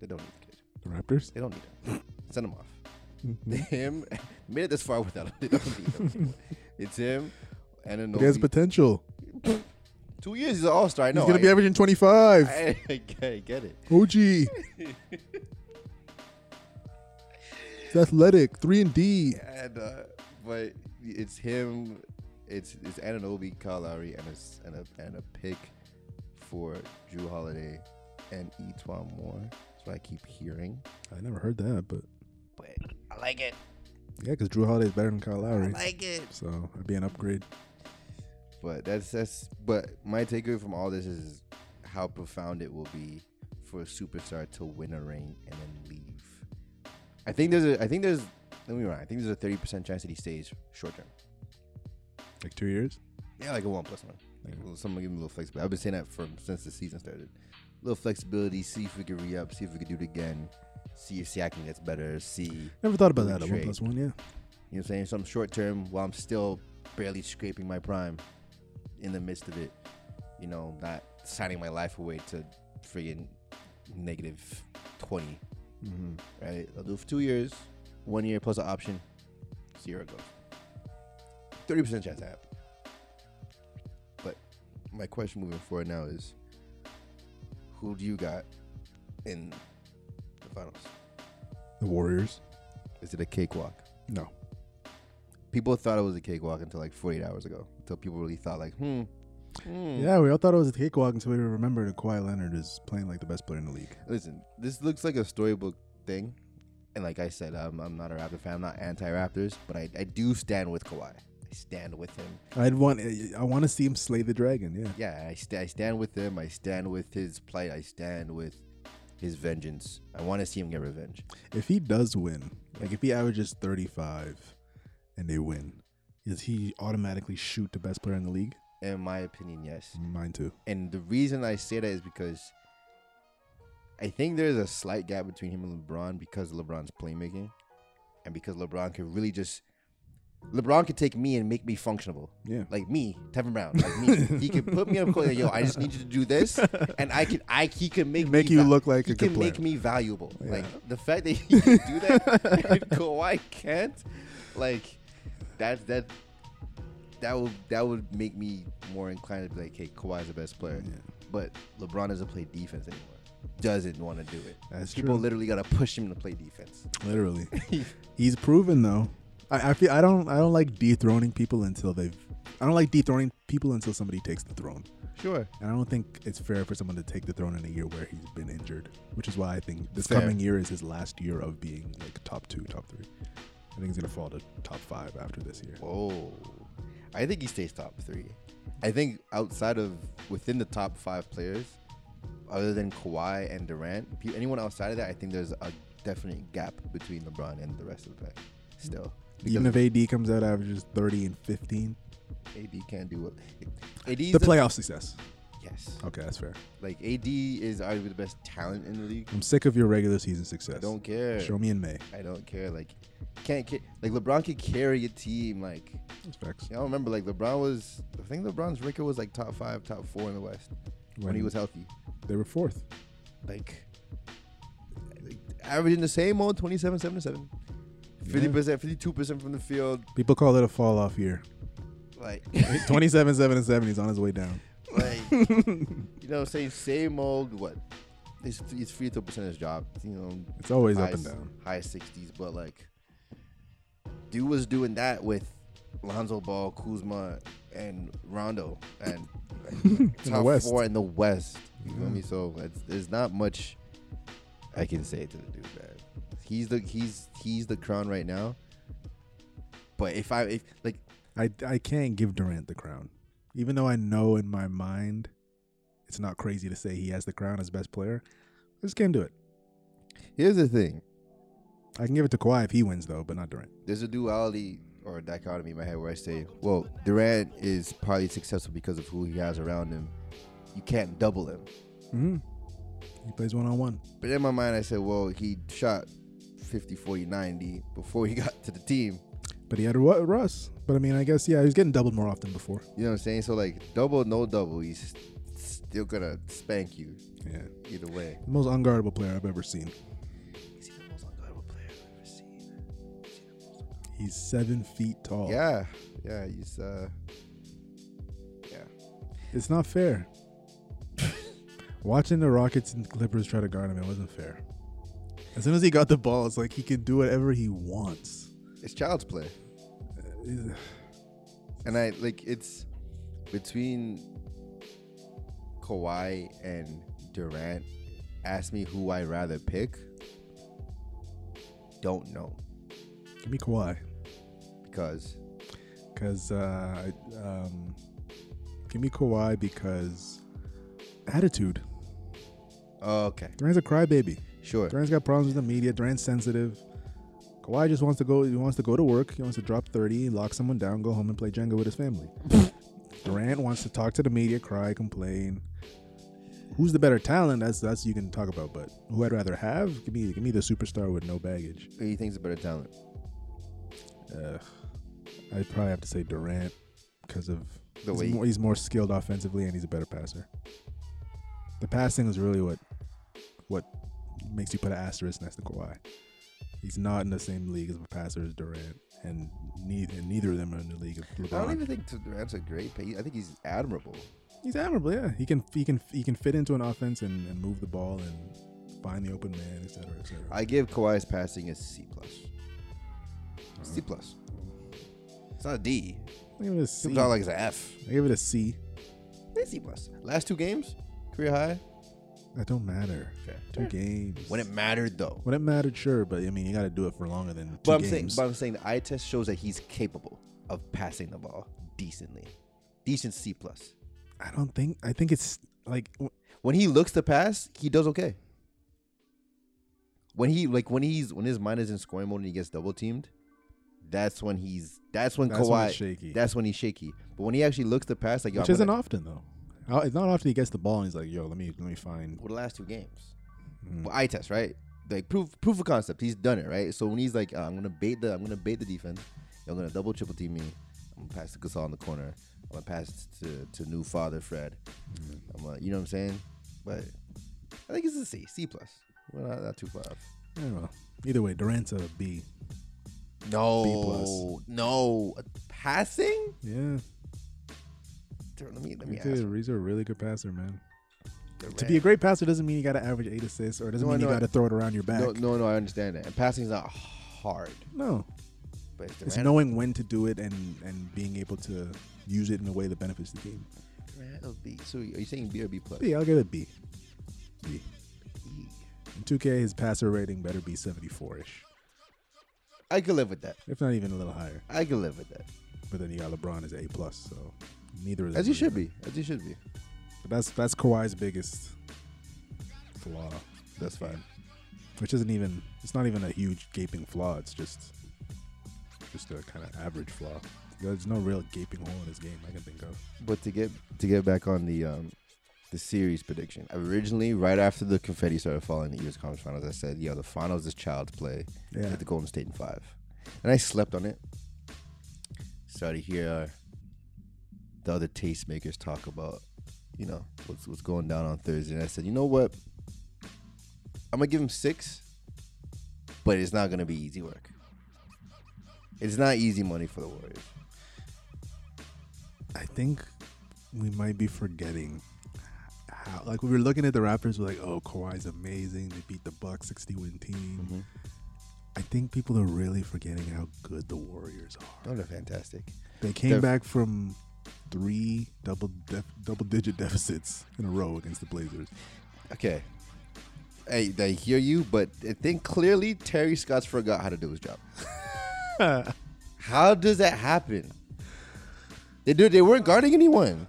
Speaker 1: They don't need the kid.
Speaker 2: The Raptors?
Speaker 1: They don't need him. Send him off. him made it this far without him. They don't need him. anymore. it's him and
Speaker 2: He has
Speaker 1: Anobi.
Speaker 2: potential.
Speaker 1: Two years he's an all star. I know.
Speaker 2: He's gonna
Speaker 1: I,
Speaker 2: be averaging twenty five.
Speaker 1: I, I get it.
Speaker 2: OG. He's athletic. Three and D.
Speaker 1: And uh, but it's him. It's it's Ananobi, Kyle Lowry, and a s- and a and a pick for Drew Holiday and Etwan Moore. That's what I keep hearing.
Speaker 2: I never heard that, but
Speaker 1: But I like it.
Speaker 2: yeah, because Drew Holiday is better than Kyle
Speaker 1: I
Speaker 2: Lowry,
Speaker 1: like it.
Speaker 2: so it'd be an upgrade.
Speaker 1: But that's that's. But my takeaway from all this is how profound it will be for a superstar to win a ring and then leave. I think there's a. I think there's. Let me wrong. I think there's a thirty percent chance that he stays short term.
Speaker 2: Like two years.
Speaker 1: Yeah, like a one plus one. Like a little, someone give him a little flexibility. I've been saying that from since the season started. A little flexibility. See if we can re up. See if we can do it again. See if Siakam gets better. See
Speaker 2: Never thought about
Speaker 1: Good
Speaker 2: that. A one
Speaker 1: trade.
Speaker 2: plus one, yeah.
Speaker 1: You know what I'm saying? Something short term while I'm still barely scraping my prime in the midst of it. You know, not signing my life away to friggin' negative 20,
Speaker 2: Mm-hmm.
Speaker 1: right? I'll do it for two years, one year plus an option, see where it goes. 30% chance that happen. But my question moving forward now is who do you got in the finals?
Speaker 2: The Warriors.
Speaker 1: Is it a cakewalk?
Speaker 2: No.
Speaker 1: people thought it was a cakewalk until like 48 hours ago. Until people really thought like, hmm, hmm.
Speaker 2: Yeah, we all thought it was a cakewalk until we remembered that Kawhi Leonard is playing like the best player in the league.
Speaker 1: Listen, this looks like a storybook thing, and like I said, I'm, I'm not a Raptor fan. I'm not anti-Raptors, but I, I do stand with Kawhi. I stand with him.
Speaker 2: I'd want. I want to see him slay the dragon. Yeah.
Speaker 1: Yeah, I, st- I stand with him. I stand with his plight. I stand with his vengeance. I want to see him get revenge.
Speaker 2: If he does win, like if he averages thirty five, and they win, does he automatically shoot the best player in the league?
Speaker 1: In my opinion, yes.
Speaker 2: Mine too.
Speaker 1: And the reason I say that is because I think there's a slight gap between him and LeBron because of LeBron's playmaking and because LeBron could really just LeBron could take me and make me functional.
Speaker 2: Yeah.
Speaker 1: Like me, Tevin Brown. Like me. he could put me on a court like, yo, I just need you to do this. And I can I he can make
Speaker 2: Make
Speaker 1: me
Speaker 2: you
Speaker 1: val-
Speaker 2: look like
Speaker 1: he
Speaker 2: a good
Speaker 1: can make
Speaker 2: player.
Speaker 1: me valuable.
Speaker 2: Yeah.
Speaker 1: Like the fact that he can do that and Kawhi can't, like that that that would that would make me more inclined to be like, hey, Kawhi's the best player.
Speaker 2: Yeah.
Speaker 1: But LeBron doesn't play defense anymore. Doesn't want to do it.
Speaker 2: That's
Speaker 1: People
Speaker 2: true.
Speaker 1: literally gotta push him to play defense.
Speaker 2: Literally, he's proven though. I, I feel I don't I don't like dethroning people until they've. I don't like dethroning people until somebody takes the throne.
Speaker 1: Sure.
Speaker 2: And I don't think it's fair for someone to take the throne in a year where he's been injured, which is why I think this
Speaker 1: Fair.
Speaker 2: coming year is his last year of being like top two, top three. I think he's gonna fall to top five after this year.
Speaker 1: Whoa. I think he stays top three. I think outside of within the top five players, other than Kawhi and Durant, pe- anyone outside of that, I think there's a definite gap between LeBron and the rest of the pack. Still,
Speaker 2: Even if AD comes out averages thirty and fifteen,
Speaker 1: AD can't do it. AD's
Speaker 2: the playoff success.
Speaker 1: Yes,
Speaker 2: Okay, that's fair.
Speaker 1: like AD is arguably the best talent in the league.
Speaker 2: I'm sick of your regular season success.
Speaker 1: I don't care.
Speaker 2: Show me in May.
Speaker 1: I don't care. Like, can't ca- like LeBron could carry a team. Like,
Speaker 2: That's facts.
Speaker 1: y'all remember like LeBron was. I think LeBron's record was like top five, top four in the West when he was healthy.
Speaker 2: they were fourth.
Speaker 1: like like, averaging the same old 27 77 50 percent 52 percent from the field
Speaker 2: People call it a fall off year.
Speaker 1: like
Speaker 2: Twenty-seven, seven, and seven. He's on his way down.
Speaker 1: like you know saying same old what it's, it's free throw percentage job you know
Speaker 2: It's always
Speaker 1: high,
Speaker 2: up and down.
Speaker 1: high 60s but like dude was doing that with Lonzo Ball Kuzma and Rondo and like,
Speaker 2: the
Speaker 1: top
Speaker 2: West. Mm-hmm.
Speaker 1: four in the West you feel me so it's, there's not much I can say to the dude, man. He's the he's he's the crown right now. But if I if like
Speaker 2: I, I can't give Durant the crown, even though I know in my mind, it's not crazy to say he has the crown as best player. I just can't do it.
Speaker 1: here's the thing,
Speaker 2: I can give it to Kawhi if he wins though, but not Durant.
Speaker 1: there's a duality or a dichotomy in my head where I say, well, Durant is probably successful because of who he has around him. You can't double him.
Speaker 2: Mm-hmm. He plays one on one.
Speaker 1: But in my mind, I said, well, he shot 50, 40, 90 before he got to the team.
Speaker 2: But he had Ru- Russ. But I mean, I guess yeah, he was getting doubled more often before.
Speaker 1: You know what I'm saying? So, like, double, no double, he's still going to spank you
Speaker 2: Yeah,
Speaker 1: either way.
Speaker 2: the most unguardable player I've ever seen.
Speaker 1: Is he the most unguardable player I've ever seen?
Speaker 2: He's seven feet tall.
Speaker 1: Yeah. Yeah. He's, uh, yeah.
Speaker 2: It's not fair. Watching the Rockets and Clippers try to guard him, it wasn't fair. As soon as he got the ball, it's like he can do whatever he wants.
Speaker 1: It's child's play.
Speaker 2: It's-
Speaker 1: And I, like, it's between Kawhi and Durant. Ask me who I rather pick. Don't know
Speaker 2: Give me Kawhi,
Speaker 1: because
Speaker 2: because uh, I- um, give me Kawhi because attitude.
Speaker 1: oh, Okay,
Speaker 2: Durant's a crybaby.
Speaker 1: sure.
Speaker 2: Durant's got problems with the media. Durant's sensitive. Kawhi just wants to go. He wants to go to work. He wants to drop thirty, lock someone down, go home and play Jenga with his family. Durant wants to talk to the media, cry, complain. Who's the better talent? That's that's you can talk about. But who I'd rather have? Give me give me the superstar with no baggage.
Speaker 1: Who do you think's a better talent?
Speaker 2: Ugh. I'd probably have to say Durant because of
Speaker 1: The
Speaker 2: he's
Speaker 1: way he-
Speaker 2: more, he's more skilled offensively and he's a better passer. The passing is really what what makes you put an asterisk next to Kawhi. He's not in the same league as a passer as Durant, and neither and neither of them are in the league of
Speaker 1: I don't
Speaker 2: LeBron.
Speaker 1: even think Durant's a great. pa- I think he's admirable.
Speaker 2: he's admirable, yeah. He can he can he can fit into an offense and, and move the ball and find the open man, etc. Cetera, etc. Cetera.
Speaker 1: I give Kawhi's passing a C plus. C plus. It's not a D.
Speaker 2: I give it a C.
Speaker 1: It's not like it's an F.
Speaker 2: I give it a C.
Speaker 1: It's C plus. Last two games, career high.
Speaker 2: That don't matter.
Speaker 1: Fair.
Speaker 2: Two games.
Speaker 1: When it mattered though.
Speaker 2: When it mattered, sure, but I mean, you got to do it for longer than two
Speaker 1: But I'm
Speaker 2: games.
Speaker 1: saying, but I'm saying the eye test shows that he's capable of passing the ball decently, decent C plus.
Speaker 2: I don't think. I think it's like w-
Speaker 1: when he looks to pass, he does okay. When he like when he's when his mind is in scoring mode and he gets double teamed, that's when he's that's when
Speaker 2: That's
Speaker 1: Kawhi
Speaker 2: when it's shaky.
Speaker 1: that's when he's shaky. But when he actually looks the pass, like yo,
Speaker 2: Which
Speaker 1: I'm
Speaker 2: isn't
Speaker 1: gonna-
Speaker 2: often though. Uh, It's not often he gets the ball and he's like, "Yo, let me let me find."
Speaker 1: well, the last two games,
Speaker 2: Mm.
Speaker 1: well, eye test, right? Like proof proof of concept. He's done it, right? So when he's like, uh, I'm gonna bait the I'm gonna bait the defense. I'm gonna double triple team me. I'm gonna pass to Gasol in the corner. I'm gonna pass to to new father Fred.
Speaker 2: Hmm.
Speaker 1: I'm gonna, you know what I'm saying? But I think it's a C, C plus. Well, not, not too far off.
Speaker 2: I don't know. Either way, Durant's a B.
Speaker 1: No,
Speaker 2: plus.
Speaker 1: no passing.
Speaker 2: Yeah,
Speaker 1: Dude, Let me let me
Speaker 2: he's
Speaker 1: ask.
Speaker 2: a, he's a really good passer, man. To
Speaker 1: Durant.
Speaker 2: be a great passer doesn't mean you got to average eight assists, or it doesn't
Speaker 1: No,
Speaker 2: mean
Speaker 1: no,
Speaker 2: you got to throw it around your back.
Speaker 1: no,
Speaker 2: No,
Speaker 1: no, no. I understand that. And passing is not hard, but if
Speaker 2: it's
Speaker 1: Durant-
Speaker 2: knowing when to do it and and being able to use it in a way that benefits the game.
Speaker 1: Durant will be- So are you saying B or B plus?
Speaker 2: B, I'll give it a B. B.
Speaker 1: E.
Speaker 2: In 2K, his passer rating better be 74 ish,
Speaker 1: I could live with that.
Speaker 2: if not even a little higher.
Speaker 1: I could live with that.
Speaker 2: But then you got LeBron as A plus, so neither of them
Speaker 1: As you
Speaker 2: really
Speaker 1: should
Speaker 2: matter.
Speaker 1: be. As you should be.
Speaker 2: But that's that's Kawhi's biggest flaw,
Speaker 1: That's fine.
Speaker 2: which isn't even it's not even a huge gaping flaw. It's just just a kind of average flaw. There's no real gaping hole in his game I can think of.
Speaker 1: But to get to get back on the um the series prediction. Originally, right after the confetti started falling in the US Conference Finals, I said, "Yo, the finals is child's play."
Speaker 2: Yeah,
Speaker 1: at the Golden State in five, and I slept on it. Started to hear uh, the other tastemakers talk about, you know, what's what's going down on Thursday, and I said, you know what, I'm gonna give him six, but it's not gonna be easy work. It's not easy money for the Warriors.
Speaker 2: I think we might be forgetting how like we were looking at the Raptors. We're like, oh, Kawhi's amazing. They beat the Bucks, sixty win team. I think people are really forgetting how good the Warriors are.
Speaker 1: Oh, they're fantastic.
Speaker 2: They came
Speaker 1: They're-
Speaker 2: back from three double def- double digit deficits in a row against the Blazers.
Speaker 1: Okay, hey, I hear you, but I think clearly Terry Scott's forgot how to do his job. How does that happen? They do. They weren't guarding anyone.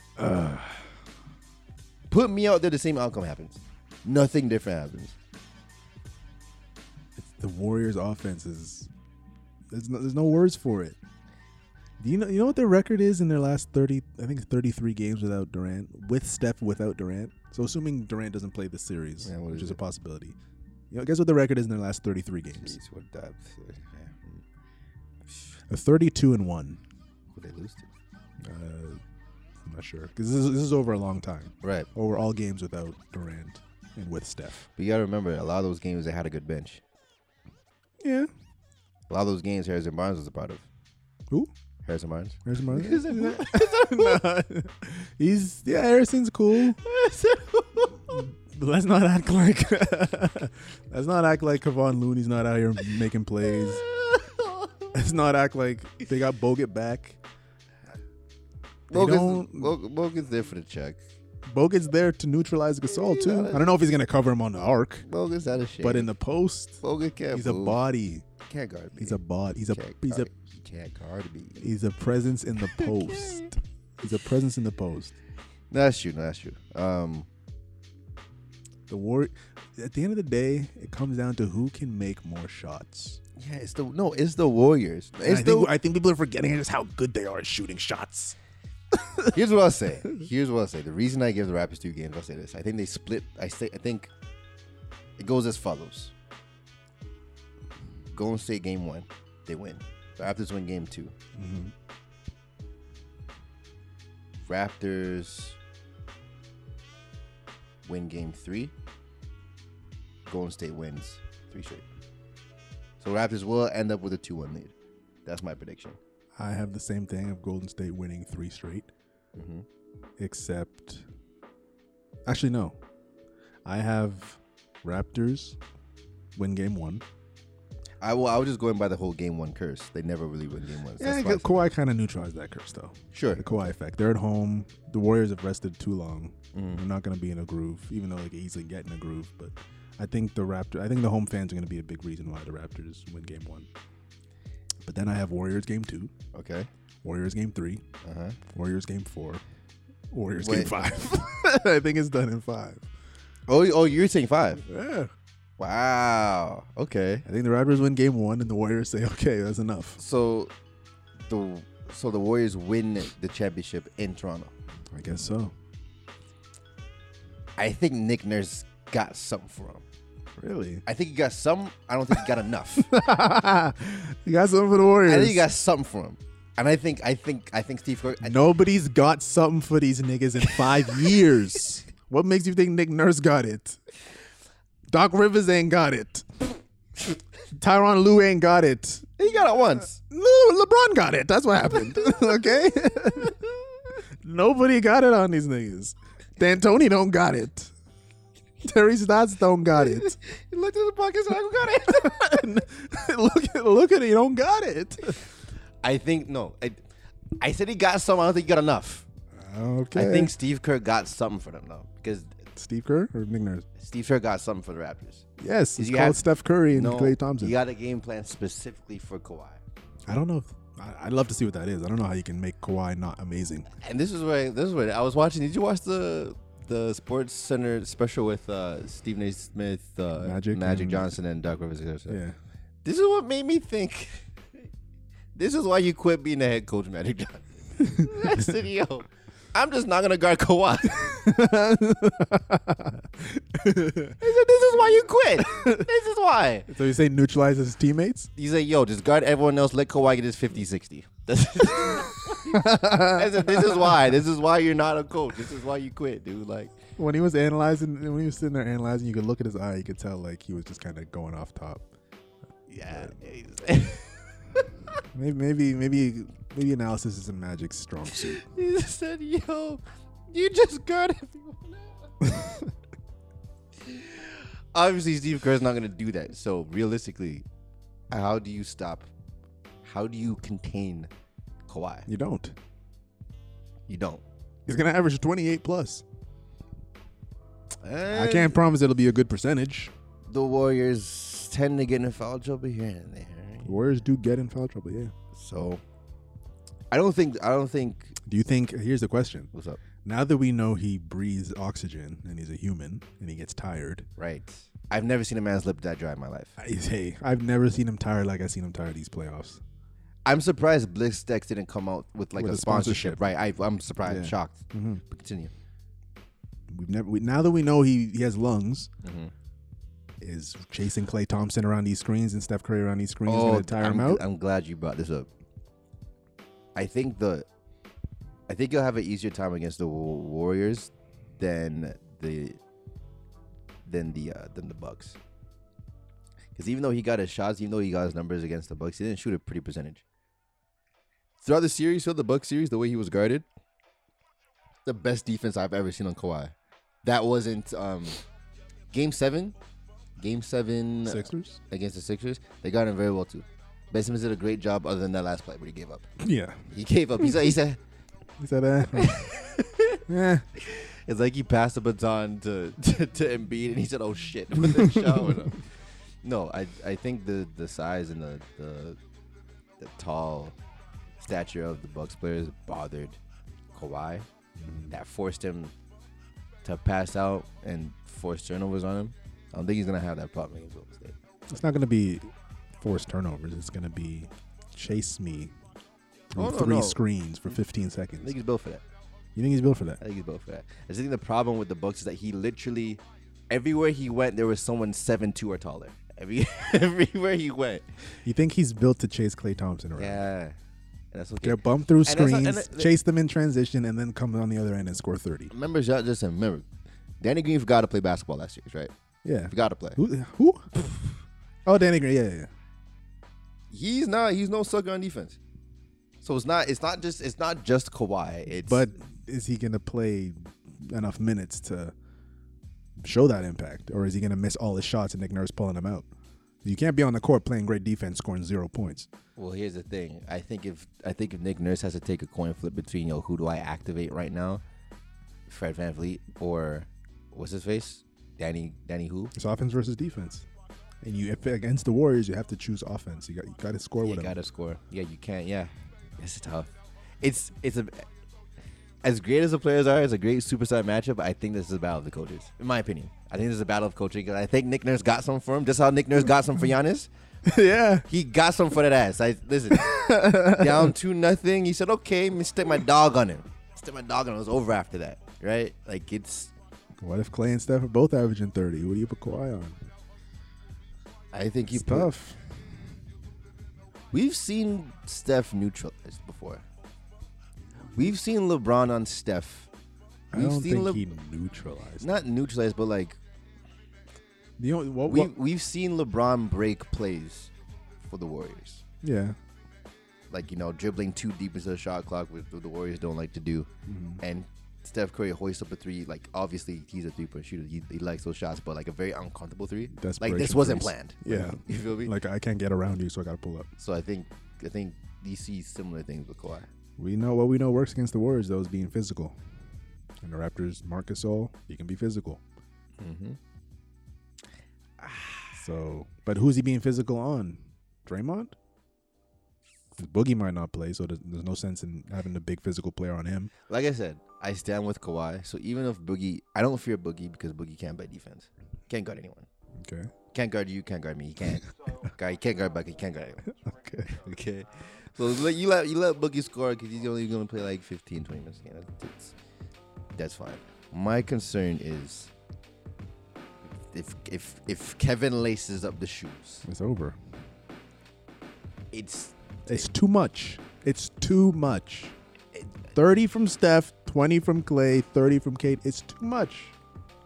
Speaker 1: Put me out there. The same outcome happens. Nothing different happens.
Speaker 2: It's- the Warriors' offense is there's no, there's no words for it. Do you know you know what their record is in their last thirty? I think thirty three games without Durant, with Steph without Durant. So assuming Durant doesn't play this series,
Speaker 1: Yeah, what
Speaker 2: which
Speaker 1: is
Speaker 2: is a
Speaker 1: it?
Speaker 2: possibility. You know, guess what the record is in their last thirty three games?
Speaker 1: what depth? eh,
Speaker 2: A thirty two and one.
Speaker 1: Who they lose to?
Speaker 2: Uh, I'm not sure because this is, this is over a long time.
Speaker 1: Right.
Speaker 2: Over all games without Durant and with Steph.
Speaker 1: But you gotta remember, a lot of those games they had a good bench.
Speaker 2: Yeah.
Speaker 1: A lot of those games Harrison Barnes was a part of.
Speaker 2: Who?
Speaker 1: Harrison Barnes.
Speaker 2: Harrison Barnes?
Speaker 1: Is it who?
Speaker 2: Nah. He's yeah, Harrison's cool. But let's not act like let's not act like Kevon Looney's not out here making plays. Let's not act like they got Bogut back. They
Speaker 1: Bogan's,
Speaker 2: don't-
Speaker 1: Bog- Bogan's there for the check.
Speaker 2: Bogut's there to neutralize Gasol too. I don't know if he's gonna cover him on the arc,
Speaker 1: Bogan's out of shape.
Speaker 2: but in the post,
Speaker 1: Bogan can't
Speaker 2: he's a
Speaker 1: move.
Speaker 2: body.
Speaker 1: Can't guard me.
Speaker 2: He's a body. He's a
Speaker 1: Can't
Speaker 2: he's a
Speaker 1: guard- he can't guard me.
Speaker 2: he's a presence in the post. He's a presence in the post.
Speaker 1: No, that's true. No, that's true. Um,
Speaker 2: The war at the end of the day, it comes down to who can make more shots.
Speaker 1: yeah, it's the no, it's the Warriors.
Speaker 2: And
Speaker 1: It's
Speaker 2: I,
Speaker 1: the,
Speaker 2: think, I think people are forgetting just how good they are at shooting shots.
Speaker 1: here's what I'll say. Here's what I'll say. The reason I give the Raptors two games, I'll say this. I think they split. I say I think it goes as follows. Golden State game one, they win. The Raptors win game 2 Raptors win game three. Golden State wins three straight. So Raptors will end up with a two-one lead. That's my prediction.
Speaker 2: I have the same thing of Golden State winning three straight,
Speaker 1: Mhm.
Speaker 2: except actually no, I have Raptors win game one.
Speaker 1: I well, I was just going by the whole game one curse. They never really win game ones.
Speaker 2: Yeah,
Speaker 1: That's why I said-
Speaker 2: Kawhi kind of neutralized that curse though.
Speaker 1: Sure.
Speaker 2: The Kawhi effect. They're at home. The Warriors have rested too long.
Speaker 1: Mm.
Speaker 2: They're not going to be in a groove, even though they can easily get in a groove. But I think the Raptor, I think the home fans are going to be a big reason why the Raptors win Game One. But then I have Warriors Game Two,
Speaker 1: Okay.
Speaker 2: Warriors Game Three,
Speaker 1: Uh huh.
Speaker 2: Warriors Game Four, Warriors Game
Speaker 1: Wait.
Speaker 2: Five. I think it's done in five.
Speaker 1: Oh, oh, you're saying five.
Speaker 2: Yeah.
Speaker 1: Wow. Okay.
Speaker 2: I think the Raptors win game one, and the Warriors say, "Okay, that's enough."
Speaker 1: So the so the Warriors win the championship in Toronto.
Speaker 2: I guess so.
Speaker 1: I think Nick Nurse got something for him.
Speaker 2: Really?
Speaker 1: I think he got some. I don't think he got enough.
Speaker 2: you got something for the Warriors.
Speaker 1: I think he got something for him. And I think I think I think Steve Kerr. I-
Speaker 2: Nobody's got something for these niggas in five years. What makes you think Nick Nurse got it? Doc Rivers ain't got it. Tyron Lue ain't got it.
Speaker 1: He got it once.
Speaker 2: No, LeBron got it. That's what happened. okay. Nobody got it on these niggas. D'Antoni don't got it. Terry Stotts don't got it.
Speaker 1: He looked at the pockets and I got it.
Speaker 2: look at look at it. You don't got it.
Speaker 1: I think no. I, I said he got some. I don't think he got enough.
Speaker 2: Okay.
Speaker 1: I think Steve Kerr got something for them though, because
Speaker 2: Steve Kerr or Nick Nurse.
Speaker 1: Steve Kerr got something for the Raptors.
Speaker 2: Yes,
Speaker 1: Did
Speaker 2: it's
Speaker 1: you
Speaker 2: called
Speaker 1: have-
Speaker 2: Steph Curry and Klay Thompson.
Speaker 1: You got a game plan specifically for Kawhi.
Speaker 2: I don't know. If, I, I'd love to see what that is. I don't know how you can make Kawhi not amazing.
Speaker 1: And this is where this is where I was watching. Did you watch the the Sports Center special with uh, Stephen A. Smith, uh,
Speaker 2: Magic and-
Speaker 1: Johnson, and Doc Rivers?
Speaker 2: Yeah.
Speaker 1: This is what made me think. This is why you quit being the head coach, Magic Johnson. That's it, yo. I'm just not gonna guard Kawhi. He said, this is why you quit. This is why.
Speaker 2: so you say neutralize his teammates?
Speaker 1: He said, yo, just guard everyone else. Let Kawhi get his 50 60. That's I said, this is why. This is why you're not a coach. This is why you quit, dude. Like,
Speaker 2: When he was analyzing, when he was sitting there analyzing, you could look at his eye. You could tell like he was just kind of going off top.
Speaker 1: yeah.
Speaker 2: Maybe, maybe, maybe, maybe analysis is a magic strong suit.
Speaker 1: he just said, yo, you just guard everyone else. Obviously, Steve Kerr's not going to do that. So, realistically, how do you stop? How do you contain Kawhi?
Speaker 2: You don't.
Speaker 1: You don't.
Speaker 2: He's gonna average twenty eight plus. I can't promise it'll be a good percentage.
Speaker 1: The Warriors tend to get in foul trouble here and there.
Speaker 2: The Warriors do get in foul trouble. Yeah.
Speaker 1: So I don't think I don't think
Speaker 2: Do you think? Here's the question.
Speaker 1: what's up.
Speaker 2: Now that we know he breathes oxygen and he's a human and he gets tired,
Speaker 1: Right. I've never seen a man's lip that dry in my life.
Speaker 2: I, hey, I've never seen him tired like I've seen him tired these playoffs.
Speaker 1: I'm surprised Bliss Dex didn't come out with like
Speaker 2: With
Speaker 1: a,
Speaker 2: a
Speaker 1: sponsorship.
Speaker 2: sponsorship.
Speaker 1: Right. I, I'm surprised,
Speaker 2: Yeah.
Speaker 1: shocked.
Speaker 2: Mm-hmm.
Speaker 1: But continue.
Speaker 2: We've never. We, now that we know he he has lungs,
Speaker 1: Mhm.
Speaker 2: is chasing Clay Thompson around these screens and Steph Curry around these screens
Speaker 1: Oh,
Speaker 2: going to tire
Speaker 1: I'm,
Speaker 2: him out?
Speaker 1: I'm glad you brought this up. I think the I think you'll have an easier time against the Wa- Warriors than the than the uh, than the Bucks. Because even though he got his shots, even though he got his numbers against the Bucks, he didn't shoot a pretty percentage. Throughout the series, throughout the Bucks series, the way he was guarded, the best defense I've ever seen on Kawhi. That wasn't um, game seven. Game seven
Speaker 2: Sixers.
Speaker 1: against the Sixers, they got him very well too. Ben Simmons did a great job other than that last play where he gave up.
Speaker 2: Yeah.
Speaker 1: He gave up. He said, he said
Speaker 2: He said, uh, eh.
Speaker 1: it's like he passed the baton to, to, to Embiid and he said, oh shit, with the shower. no, I I think the, the size and the, the the tall stature of the Bucks players bothered Kawhi. That forced him to pass out and force turnovers on him. I don't think he's gonna have that problem against Golden State.
Speaker 2: It's not going to be forced turnovers. It's going to be chase me through
Speaker 1: Oh, no,
Speaker 2: three
Speaker 1: no.
Speaker 2: screens for 15
Speaker 1: I
Speaker 2: seconds.
Speaker 1: think he's built for that.
Speaker 2: you think he's built for that?
Speaker 1: I think he's built for that. I just think the problem with the Bucks is that he literally, everywhere he went, there was someone seven two or taller. Every everywhere he went,
Speaker 2: You think he's built to chase Clay Thompson around?
Speaker 1: yeah, and that's okay.
Speaker 2: Get bumped through
Speaker 1: that's not- and
Speaker 2: screens,
Speaker 1: that-
Speaker 2: chase them in transition, and then come on the other end and score 30.
Speaker 1: Remember, Ja- just remember, Danny Green forgot to play basketball last year, right?
Speaker 2: Yeah.
Speaker 1: Forgot to play.
Speaker 2: Who? who? Oh, Danny Green. Yeah, yeah, yeah.
Speaker 1: He's not. He's no sucker on defense. So it's not. It's not just. It's not just Kawhi. It's
Speaker 2: But is he going to play enough minutes to show that impact, or is he going to miss all his shots and Nick Nurse pulling him out? You can't be on the court playing great defense, scoring zero points.
Speaker 1: Well, here's the thing. I think if I think if Nick Nurse has to take a coin flip between yo, who do I activate right now, Fred Van Vliet or what's his face, Danny Danny who?
Speaker 2: It's offense versus defense, and you if against the Warriors, you have to choose offense. You got you got to score
Speaker 1: You
Speaker 2: with them.
Speaker 1: gotta score. Yeah, you can't. Yeah, it's tough. It's it's a as great as the players are, it's a great superstar matchup. I think this is a battle of the coaches, in my opinion. I think this is a battle of coaching because I think Nick Nurse got some for him, just how Nick Nurse got some for Giannis.
Speaker 2: yeah.
Speaker 1: He got some for that ass. I listen, down two nothing. He said, "Okay, let me stick my dog on him. Stick my dog on him." It was over after that, right? Like it's.
Speaker 2: What if Clay and Steph are both averaging thirty? What do you put Kawhi on?
Speaker 1: I think he
Speaker 2: It's
Speaker 1: put-
Speaker 2: tough.
Speaker 1: We've seen Steph neutralized before. We've seen LeBron on Steph.
Speaker 2: I
Speaker 1: We've
Speaker 2: don't
Speaker 1: seen
Speaker 2: think
Speaker 1: Le-
Speaker 2: he neutralized.
Speaker 1: Not neutralized, but like
Speaker 2: The only, what,
Speaker 1: we
Speaker 2: what-
Speaker 1: we've seen LeBron break plays for the Warriors.
Speaker 2: yeah.
Speaker 1: Like you know, dribbling too deep into the shot clock, which the Warriors don't like to do.
Speaker 2: Mm-hmm.
Speaker 1: And Steph Curry hoists up a three. Like obviously he's a three point shooter. He, he likes those shots, but like a very uncomfortable three. Like this
Speaker 2: Desperation
Speaker 1: wasn't
Speaker 2: threes.
Speaker 1: planned.
Speaker 2: Yeah.
Speaker 1: you feel me?
Speaker 2: Like I can't get around you, so I gotta pull up.
Speaker 1: so I think I think DC similar things with Kawhi.
Speaker 2: We know what we know works against the Warriors though is being physical. And the Raptors, Marcus All, he can be physical.
Speaker 1: Mm-hmm.
Speaker 2: So, but who's he being physical on? Draymond. Boogie might not play, so there's, there's no sense in having a big physical player on him.
Speaker 1: Like I said, I stand with Kawhi. So even if Boogie, I don't fear Boogie because Boogie can't play defense. Can't guard anyone.
Speaker 2: Okay.
Speaker 1: Can't guard you. Can't guard me. He can't. guy, he can't guard Bucky. Can't guard anyone.
Speaker 2: Okay.
Speaker 1: Okay. So let- you let you let Boogie score because he's only going to play like 15, 20 minutes a game. That's, that's, that's fine. My concern is if if if Kevin laces up the shoes,
Speaker 2: It's over.
Speaker 1: it's
Speaker 2: It's too much. It's too much. 30 from Steph, 20 from Clay, 30 from Kate. It's too much.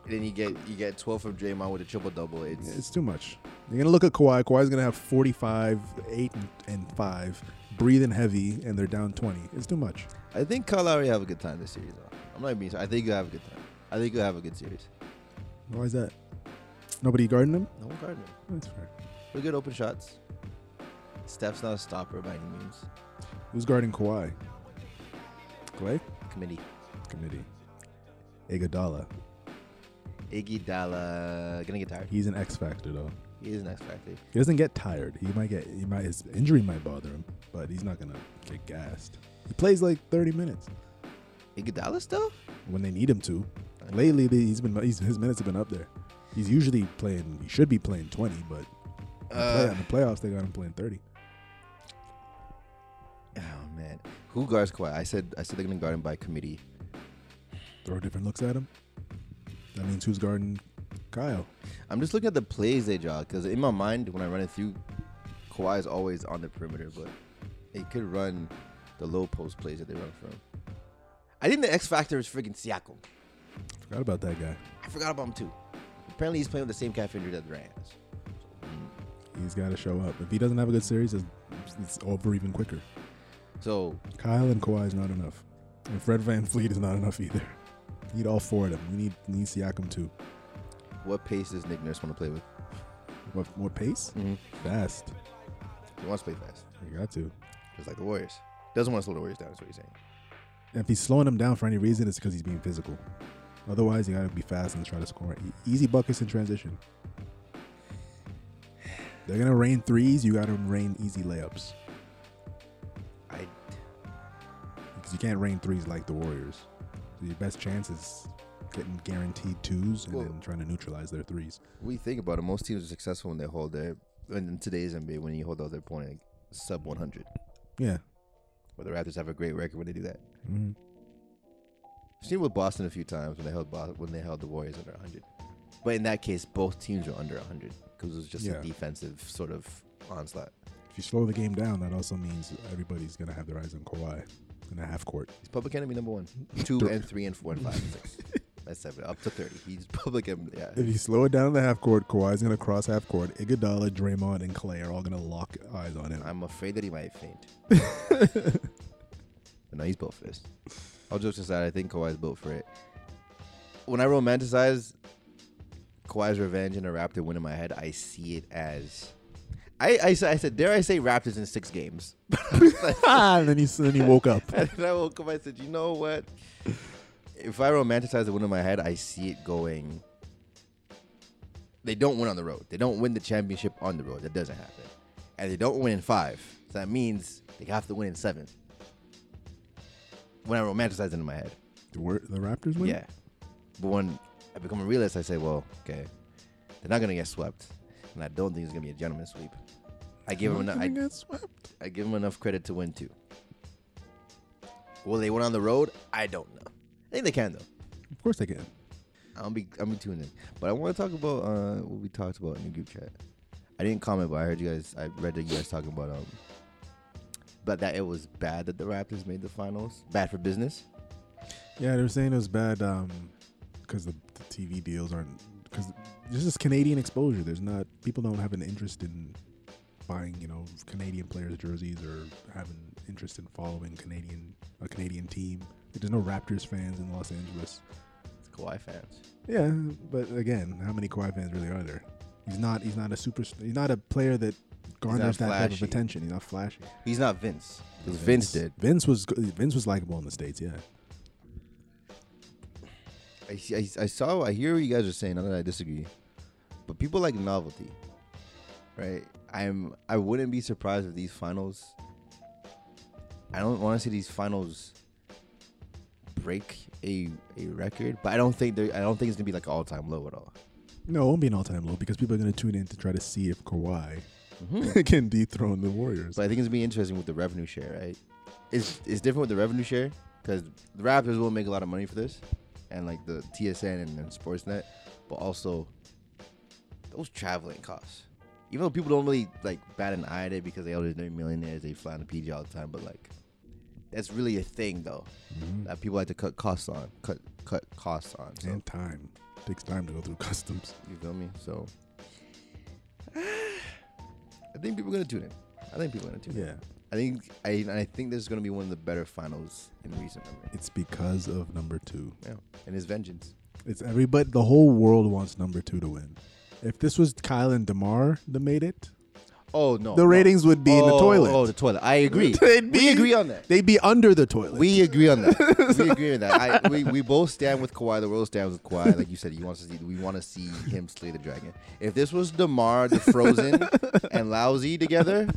Speaker 1: then you get you get 12 from Draymond with a triple double. It's
Speaker 2: It's too much. You're going to look at Kawhi. Kawhi's going to have 45, 8, and, and 5, breathing heavy, and they're down 20. It's too much.
Speaker 1: I think Kyle Lowry have a good time this series. Though. I'm not being. I think you'll have a good time. I think you'll have a good series.
Speaker 2: Why is that? Nobody guarding him?
Speaker 1: No one guarding him.
Speaker 2: That's fair.
Speaker 1: They'll get open shots. Steph's not a stopper by any means.
Speaker 2: Who's guarding Kawhi? Clay?
Speaker 1: Committee.
Speaker 2: Committee. Iguodala.
Speaker 1: Iggy Dalla gonna get tired.
Speaker 2: He's an X factor though.
Speaker 1: He is an X factor.
Speaker 2: He doesn't get tired. He might get he might his injury might bother him, but he's not gonna get gassed. He plays like 30 minutes
Speaker 1: Iggy Dalla still?
Speaker 2: when they need him to. Lately, they- he's been he's, his minutes have been up there. He's usually playing. He should be playing 20, but in the, play-
Speaker 1: Uh,
Speaker 2: in the playoffs they got him playing 30.
Speaker 1: oh man, who guards Kawhi? I said I said they're gonna guard him by committee.
Speaker 2: Throw different looks at him. That means who's guarding Kyle?
Speaker 1: I'm just looking at the plays they draw because in my mind when I run it through, Kawhi is always on the perimeter, but they could run the low post plays that they run from. I think the X factor is freaking Siakam.
Speaker 2: Forgot about that guy.
Speaker 1: I forgot about him too. Apparently, he's playing with the same calf injury that Durant has. So, mm.
Speaker 2: He's got to show up. If he doesn't have a good series, it's, it's over even quicker.
Speaker 1: So,
Speaker 2: Kyle and Kawhi is not enough, and Fred Van Fleet is not enough either. We need all four of them. We need we need Siakam too.
Speaker 1: what pace does Nick Nurse want to play with?
Speaker 2: What more pace?
Speaker 1: Mm-hmm.
Speaker 2: Fast.
Speaker 1: He wants to play fast,
Speaker 2: You got to.
Speaker 1: just like the Warriors. Doesn't want to slow the Warriors down. Is what he's saying.
Speaker 2: If he's slowing them down for any reason, it's because he's being physical. Otherwise, you got to be fast and try to score. E- Easy buckets in transition. They're gonna rain threes. You got to rain easy layups
Speaker 1: I
Speaker 2: because you can't rain threes like the Warriors. So your best chance is getting guaranteed twos and
Speaker 1: Well-
Speaker 2: then trying to neutralize their threes.
Speaker 1: we think about it. Most teams are successful when they hold their and in today's NBA when you hold out their point like, sub 100.
Speaker 2: Yeah.
Speaker 1: But the Raptors have a great record when they do that.
Speaker 2: hmm
Speaker 1: I've seen it with Boston a few times when they held Bo- when they held the Warriors under 100. But in that case, both teams were under 100 because it was just
Speaker 2: Yeah.
Speaker 1: a defensive sort of onslaught.
Speaker 2: If you slow the game down, that also means everybody's gonna have their eyes on Kawhi in a half court.
Speaker 1: He's public enemy number one, two
Speaker 2: Thr-
Speaker 1: and three and four and five and six. That's seven up to thirty. He's public enemy. Yeah.
Speaker 2: If you slow it down in the half court, Kawhi's gonna cross half court. Iguodala, Draymond, and Clay are all gonna lock eyes on him.
Speaker 1: I'm afraid that he might faint. but no, he's built for this. All jokes aside, I think Kawhi's built for it. When I romanticize Kawhi's revenge and a Raptor win in my head, I see it as. I, I, said- I said, dare I say Raptors in six games?
Speaker 2: and Ah, then he then he woke up.
Speaker 1: and then I woke up, I said, you know what? If I romanticize the win in my head, I see it going. They don't win on the road. They don't win the championship on the road. That doesn't happen. And they don't win in five. So that means they have to win in seven. When I romanticize it in my head.
Speaker 2: The, wor- the Raptors win?
Speaker 1: Yeah. But when I become a realist, I say, well, okay, they're not gonna get swept, and I don't think it's gonna be a gentleman sweep. I give them
Speaker 2: Not
Speaker 1: enough.
Speaker 2: gonna
Speaker 1: I,
Speaker 2: get swept.
Speaker 1: I give them enough credit to win too. Will they win on the road? I don't know. I think they can though.
Speaker 2: Of course they can.
Speaker 1: I'll be I'll be tuning in. But I want to talk about uh, what we talked about in the group chat. I didn't comment, but I heard you guys. I read that you guys talking about um, but that it was bad that the Raptors made the finals. Bad for business.
Speaker 2: Yeah, they were saying it was bad because the, the TV deals aren't because this is Canadian exposure. There's not people don't have an interest in buying you know Canadian players' jerseys or have an interest in following Canadian a Canadian team. There's no Raptors fans in Los Angeles.
Speaker 1: It's Kawhi fans.
Speaker 2: Yeah, but again, how many Kawhi fans really are there? He's not. He's not a super. He's not a player that garners that type of
Speaker 1: flashy.
Speaker 2: attention. He's not flashy.
Speaker 1: He's not Vince. 'Cause Vince did.
Speaker 2: Vince was. go- Vince was likable in the states. Yeah.
Speaker 1: I, see- I, I saw I hear what you guys are saying. Not that I disagree, but people like novelty, right? I'm I wouldn't be surprised if these finals. I don't want to see these finals break a a record, but I don't think they I don't think it's gonna be like all time low at all.
Speaker 2: No, it won't be an all-time low because people are going to tune in to try to see if Kawhi can dethrone the Warriors.
Speaker 1: Mm-hmm. But I think it's gonna be interesting with the revenue share, right? It's it's different with the revenue share because the Raptors will make a lot of money for this, and like the TSN and, and Sportsnet, but also those traveling costs. Even though people don't really like bat an eye at it because they always they're millionaires, they fly on the PG all the time, but like that's really a thing though that people like to cut costs on, cut cut costs on. So
Speaker 2: and time takes time to go through customs.
Speaker 1: you feel me? So I think people are gonna tune in. I think people are gonna tune in.
Speaker 2: Yeah,
Speaker 1: I think I I think this is gonna be one of the better finals in recent memory.
Speaker 2: it's because of number two.
Speaker 1: Yeah, and his vengeance.
Speaker 2: It's everybody. The whole world wants number two to win. If this was Kyle and Demar that made it,
Speaker 1: Oh no,
Speaker 2: the
Speaker 1: no.
Speaker 2: ratings would be in the
Speaker 1: Oh,
Speaker 2: toilet.
Speaker 1: Oh, the toilet. I agree.
Speaker 2: They'd be-
Speaker 1: we agree on that.
Speaker 2: They'd be under the toilet.
Speaker 1: We agree on that. we agree on that. I, we, we both stand with Kawhi. The world stands with Kawhi. Like you said, you want to see. We want to see him slay the dragon. If this was Demar, the Frozen, and Lousy together,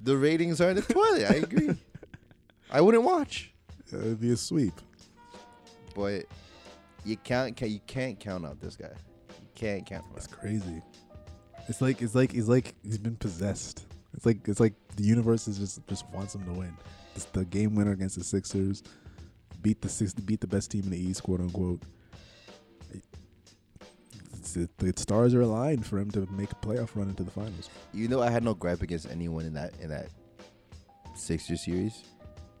Speaker 1: the ratings are in the toilet. I agree. I wouldn't watch,
Speaker 2: Uh, it'd be a sweep.
Speaker 1: but you can't. ca- You can't count out this guy. You can't count him out.
Speaker 2: It's crazy. It's like it's like it's like he's been possessed. It's like it's like the universe is just just wants him to win. It's the game winner against the Sixers, beat the six, beat the best team in the East, quote unquote. It's- it- the stars are aligned for him to make a playoff run into the finals.
Speaker 1: You know, I had no gripe against anyone in that in that Sixer series.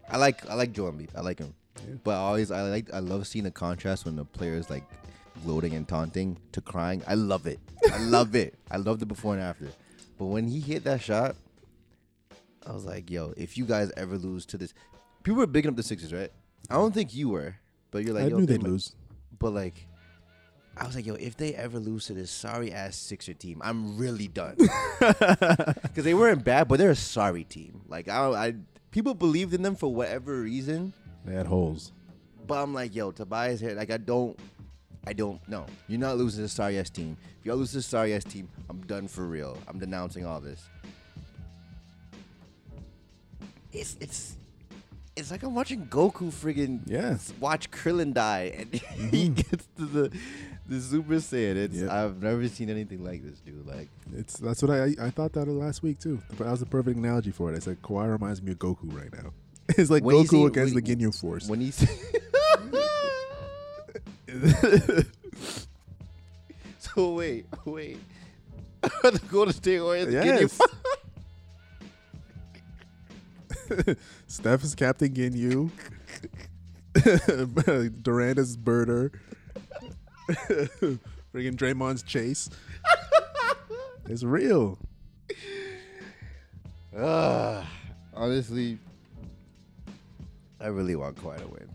Speaker 1: I like I like Joel Embiid. I like him,
Speaker 2: Yeah.
Speaker 1: but I always I like I love seeing the contrast when the players like gloating and taunting to crying. I love it. I love it. I love the before and after. But when he hit that shot, I was like, "Yo, if you guys ever lose to this, people were bigging up the Sixers, right? I don't think you were, but you're like,
Speaker 2: I
Speaker 1: yo,
Speaker 2: knew
Speaker 1: they
Speaker 2: they'd
Speaker 1: might-
Speaker 2: lose.
Speaker 1: but like, I was like, yo, if they ever lose to this sorry ass Sixer team, I'm really done. Because they weren't bad, but they're a sorry team. Like, I, don't- I people believed in them for whatever reason.
Speaker 2: They had holes.
Speaker 1: But I'm like, yo, Tobias here. Like, I don't, I don't know. You're not losing to this sorry ass team. If y'all lose to this sorry ass team, I'm done for real. I'm denouncing all this. It's it's it's like I'm watching Goku friggin'
Speaker 2: Yeah.
Speaker 1: watch Krillin die, and he gets to the the Super Saiyan. It's
Speaker 2: Yep.
Speaker 1: I've never seen anything like this, dude. Like,
Speaker 2: It's that's what I I I thought that of last week too. But that was the perfect analogy for it. I said Kawhi reminds me of Goku right now. It's like
Speaker 1: When you
Speaker 2: Goku
Speaker 1: see-
Speaker 2: against
Speaker 1: when-
Speaker 2: the Ginyu Force.
Speaker 1: when he's so wait wait the Golden State Warriors getting
Speaker 2: Yes. Steph is Captain Ginyu. Durant is Birder. Freaking Draymond's Chase. It's real.
Speaker 1: Ah, honestly I really want Kawhi to win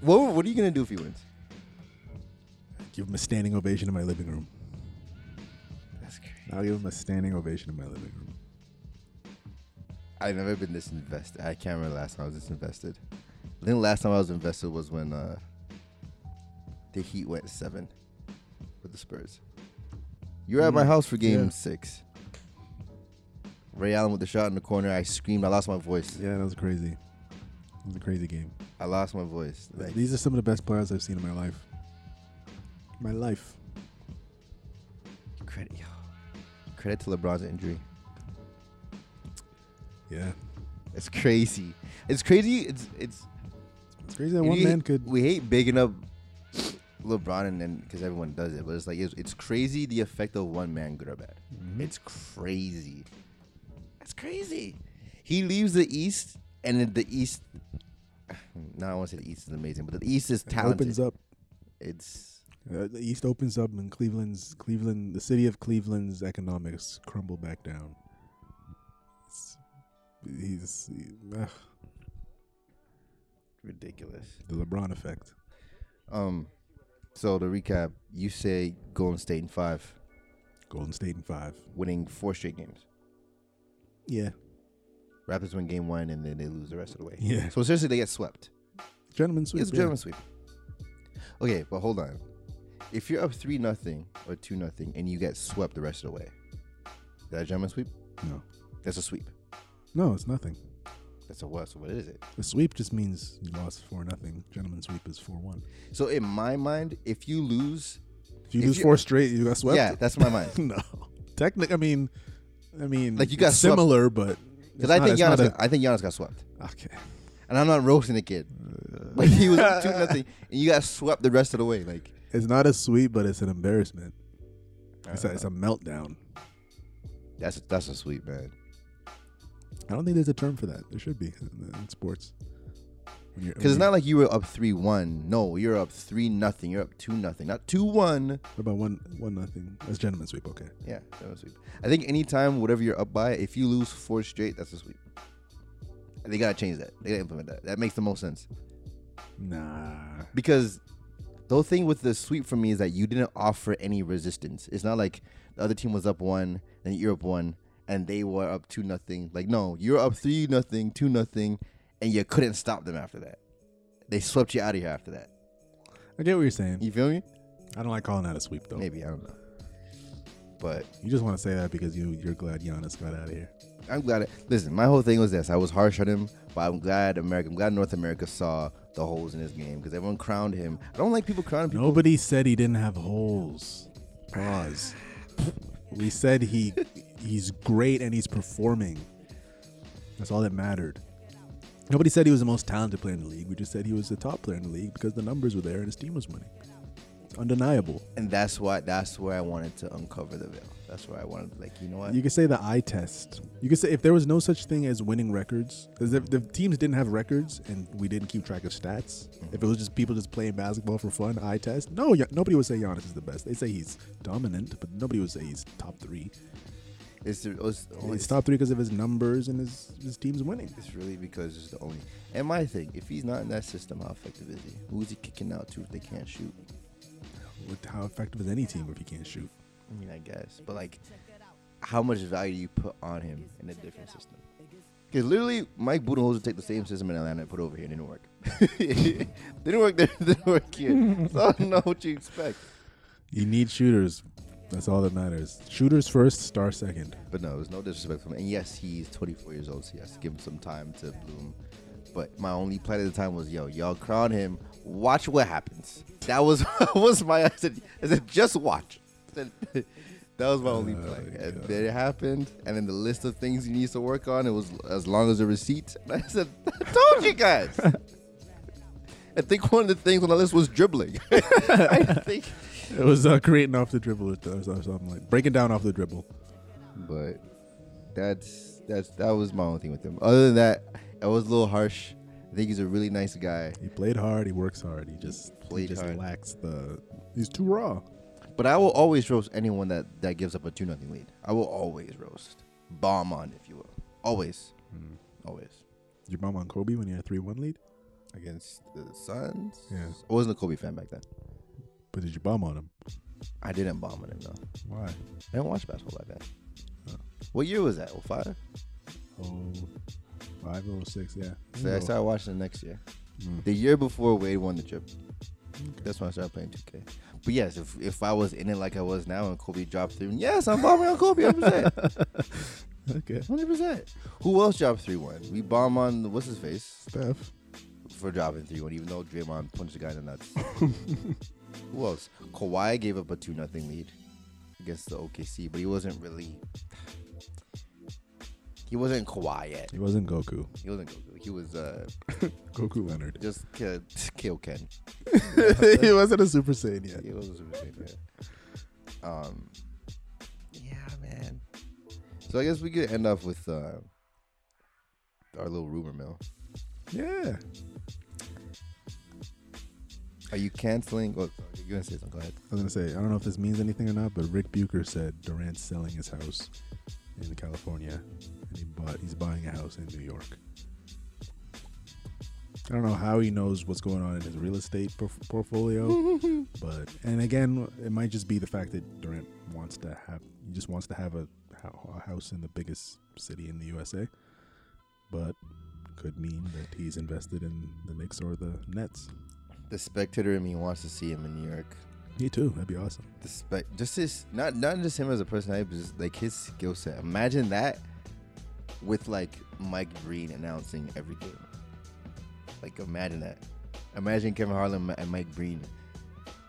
Speaker 1: what, what are you gonna do if he wins
Speaker 2: Give him a standing ovation in my living room.
Speaker 1: that's crazy
Speaker 2: I'll give him a standing ovation in my living room.
Speaker 1: I've never been this invested. I can't remember last time I was this invested. I think the last time I was invested was when uh, the Heat went seven with the Spurs. You were at my
Speaker 2: Mm,
Speaker 1: house for game
Speaker 2: yeah.
Speaker 1: six. Ray Allen with the shot in the corner. I screamed. I lost my voice.
Speaker 2: Yeah, that was crazy. It was a crazy game.
Speaker 1: I lost my voice. Like,
Speaker 2: These are some of the best players I've seen in my life. My life.
Speaker 1: credit, yo. credit to LeBron's injury.
Speaker 2: Yeah.
Speaker 1: It's crazy. It's crazy. It's it's.
Speaker 2: It's crazy that
Speaker 1: and
Speaker 2: one
Speaker 1: you
Speaker 2: man
Speaker 1: hate-
Speaker 2: could.
Speaker 1: We hate bigging up LeBron and then because everyone does it, but it's like it's, it's crazy the effect of one man, good or bad.
Speaker 2: Mhm.
Speaker 1: It's crazy. That's crazy. He leaves the East, and then the East. No, I want to say the East is amazing, but the East is
Speaker 2: it opens
Speaker 1: talented.
Speaker 2: up.
Speaker 1: It's
Speaker 2: Uh, the East opens up, and Cleveland's Cleveland, the city of Cleveland's economics crumble back down. It's, he's ugh,
Speaker 1: ridiculous.
Speaker 2: the LeBron effect.
Speaker 1: Um, so to recap, you say Golden State in five,
Speaker 2: Golden State in five.
Speaker 1: winning four straight games.
Speaker 2: Yeah,
Speaker 1: Raptors win game one, and then they lose the rest of the way.
Speaker 2: Yeah.
Speaker 1: So seriously, they get swept.
Speaker 2: gentlemen sweep.
Speaker 1: It's a
Speaker 2: yeah.
Speaker 1: German sweep. Okay, but hold on. If you're up three nothing or two nothing, and you get swept the rest of the way, is that a German sweep?
Speaker 2: No,
Speaker 1: That's a sweep.
Speaker 2: no, it's nothing.
Speaker 1: That's a what? So what is it?
Speaker 2: The sweep just means you lost four nothing. Gentlemen sweep is four one.
Speaker 1: So in my mind, if you lose,
Speaker 2: If you
Speaker 1: If
Speaker 2: lose
Speaker 1: you-
Speaker 2: four straight, you got swept.
Speaker 1: yeah, that's my mind.
Speaker 2: no, technically, I mean, I mean,
Speaker 1: Like, you got
Speaker 2: it's
Speaker 1: swept.
Speaker 2: similar, but
Speaker 1: Because
Speaker 2: it's
Speaker 1: I
Speaker 2: not-
Speaker 1: think
Speaker 2: it's not
Speaker 1: Giannis, got, I think Giannis got swept,
Speaker 2: a- okay.
Speaker 1: and I'm not roasting the kid,
Speaker 2: Uh.
Speaker 1: but he was up two nothing, and you got swept the rest of the way. Like
Speaker 2: It's not a sweep, but it's an embarrassment. It's a,
Speaker 1: Uh,
Speaker 2: it's a meltdown.
Speaker 1: that's that's a sweep, man.
Speaker 2: I don't think there's a term for that. There should be in, in sports.
Speaker 1: Because it's not like you were up three one. No, you're up three nothing. You're up two nothing, not two one.
Speaker 2: what about one one nothing. That's gentleman sweep. Okay,
Speaker 1: Yeah, that was sweep. I think anytime whatever you're up by, if you lose four straight, that's a sweep. They gotta change that. They gotta implement that. That makes the most sense.
Speaker 2: nah.
Speaker 1: because the whole thing with the sweep for me is that you didn't offer any resistance. It's not like the other team was up one, then you're up one, and they were up two nothing. Like no, you're up three nothing, two nothing, and you couldn't stop them after that. They swept you out of here after that.
Speaker 2: I get what you're saying.
Speaker 1: You feel me?
Speaker 2: I don't like calling that a sweep though.
Speaker 1: Maybe I don't know, but
Speaker 2: You just want to say that because you you're glad Giannis got out of here.
Speaker 1: I'm glad. It, listen, my whole thing was this: I was harsh on him, but I'm glad America, I'm glad North America saw the holes in his game because everyone crowned him. I don't like people crowning people.
Speaker 2: Nobody said he didn't have holes. Pause. we said he he's great and he's performing. That's all that mattered. Nobody said he was the most talented player in the league. We just said he was the top player in the league because the numbers were there and his team was winning. It's undeniable.
Speaker 1: and that's why that's where I wanted to uncover the veil. That's where I wanted, like, you know what?
Speaker 2: You could say the eye test. You could say if there was no such thing as winning records, because if the teams didn't have records and we didn't keep track of stats, if it was just people just playing basketball for fun, eye test. No, Gian- nobody would say Giannis is the best. They say he's dominant, but nobody would say he's top three.
Speaker 1: it's, the- it's, the only,
Speaker 2: He's
Speaker 1: it's,
Speaker 2: top three because of his numbers and his his team's winning.
Speaker 1: it's really because it's the only. And my thing, if he's not in that system, how effective is he? Who's he kicking out to if they can't shoot?
Speaker 2: With how effective is any team if he can't shoot?
Speaker 1: I mean, I guess, but like, how much value do you put on him in a different system? Because literally, Mike Budenholzer take the same system in Atlanta and put it over here, and it didn't work. didn't work there, didn't work here. So I don't know what you expect.
Speaker 2: You need shooters. That's all that matters. Shooters first, star second.
Speaker 1: But no, there's no disrespect from him. And yes, he's 24 years old, so yes, give him some time to bloom. But my only plan at the time was, yo, y'all crown him. Watch what happens. That was was my. I said, I said just watch. I said, that was my only
Speaker 2: Oh,
Speaker 1: plan. And
Speaker 2: God.
Speaker 1: then it happened, and then the list of things he needs to work on. It was as long as a receipt. And I said, I told you guys. I think one of the things on the list was dribbling. I think.
Speaker 2: It was uh, creating off the dribble or th- or something like breaking down off the dribble.
Speaker 1: but that's that's that was my only thing with him. Other than that, I was a little harsh. I think he's a really nice guy,
Speaker 2: He played hard. He works hard. He just he
Speaker 1: Played
Speaker 2: just
Speaker 1: hard.
Speaker 2: lacks the. He's too raw.
Speaker 1: but I will always roast anyone that that gives up a two nothing lead. I will always roast, bomb on, if you will, always, always
Speaker 2: Did your mom on Kobe when you had a three-one lead,
Speaker 1: against the Suns.
Speaker 2: Yeah.
Speaker 1: I wasn't a Kobe fan back then.
Speaker 2: but did you bomb on him?
Speaker 1: I didn't bomb on him though.
Speaker 2: Why?
Speaker 1: I didn't watch basketball back then. What year was that? Oh five.
Speaker 2: Oh, five oh six. Yeah.
Speaker 1: So I started watching the next year.
Speaker 2: Mm.
Speaker 1: The year before Wade won the chip. That's when I started playing 2K. But yes, if, if I was in it like I was now and Kobe dropped three, yes, I'm bombing on Kobe 100%.
Speaker 2: okay.
Speaker 1: 100%. Who else dropped 3 1? We bomb on, the- what's his face?
Speaker 2: Steph.
Speaker 1: For- for dropping three one, even though Draymond punched the guy in the nuts. Who else? Kawhi gave up a two nothing lead against the OKC, but he wasn't really. He wasn't Kawhi yet.
Speaker 2: It wasn't Goku.
Speaker 1: He wasn't Goku. He was uh,
Speaker 2: Goku Leonard.
Speaker 1: just K- Kill Ken.
Speaker 2: he wasn't a Super Saiyan yet.
Speaker 1: He was a Super Saiyan, yeah. Um, yeah, man. So I guess we could end off with uh, our little rumor mill.
Speaker 2: Yeah.
Speaker 1: Are you canceling? Oh, you gonna say something? Go ahead.
Speaker 2: I was gonna say, I don't know if this means anything or not, but Rick Bucher said Durant's selling his house in California, and he bought he's buying a house in New York. I don't know how he knows what's going on in his real estate por- portfolio, but and again, it might just be the fact that Durant wants to have he just wants to have a, ho- a house in the biggest city in the USA, but could mean that he's invested in the Knicks or the Nets.
Speaker 1: The spectator in me wants to see him in New York.
Speaker 2: Me too. That'd be awesome.
Speaker 1: The spec, just his, not not just him as a personality, but just like his skill set. Imagine that with like Mike Green announcing everything. Like imagine that. Imagine Kevin Harlan and Mike Green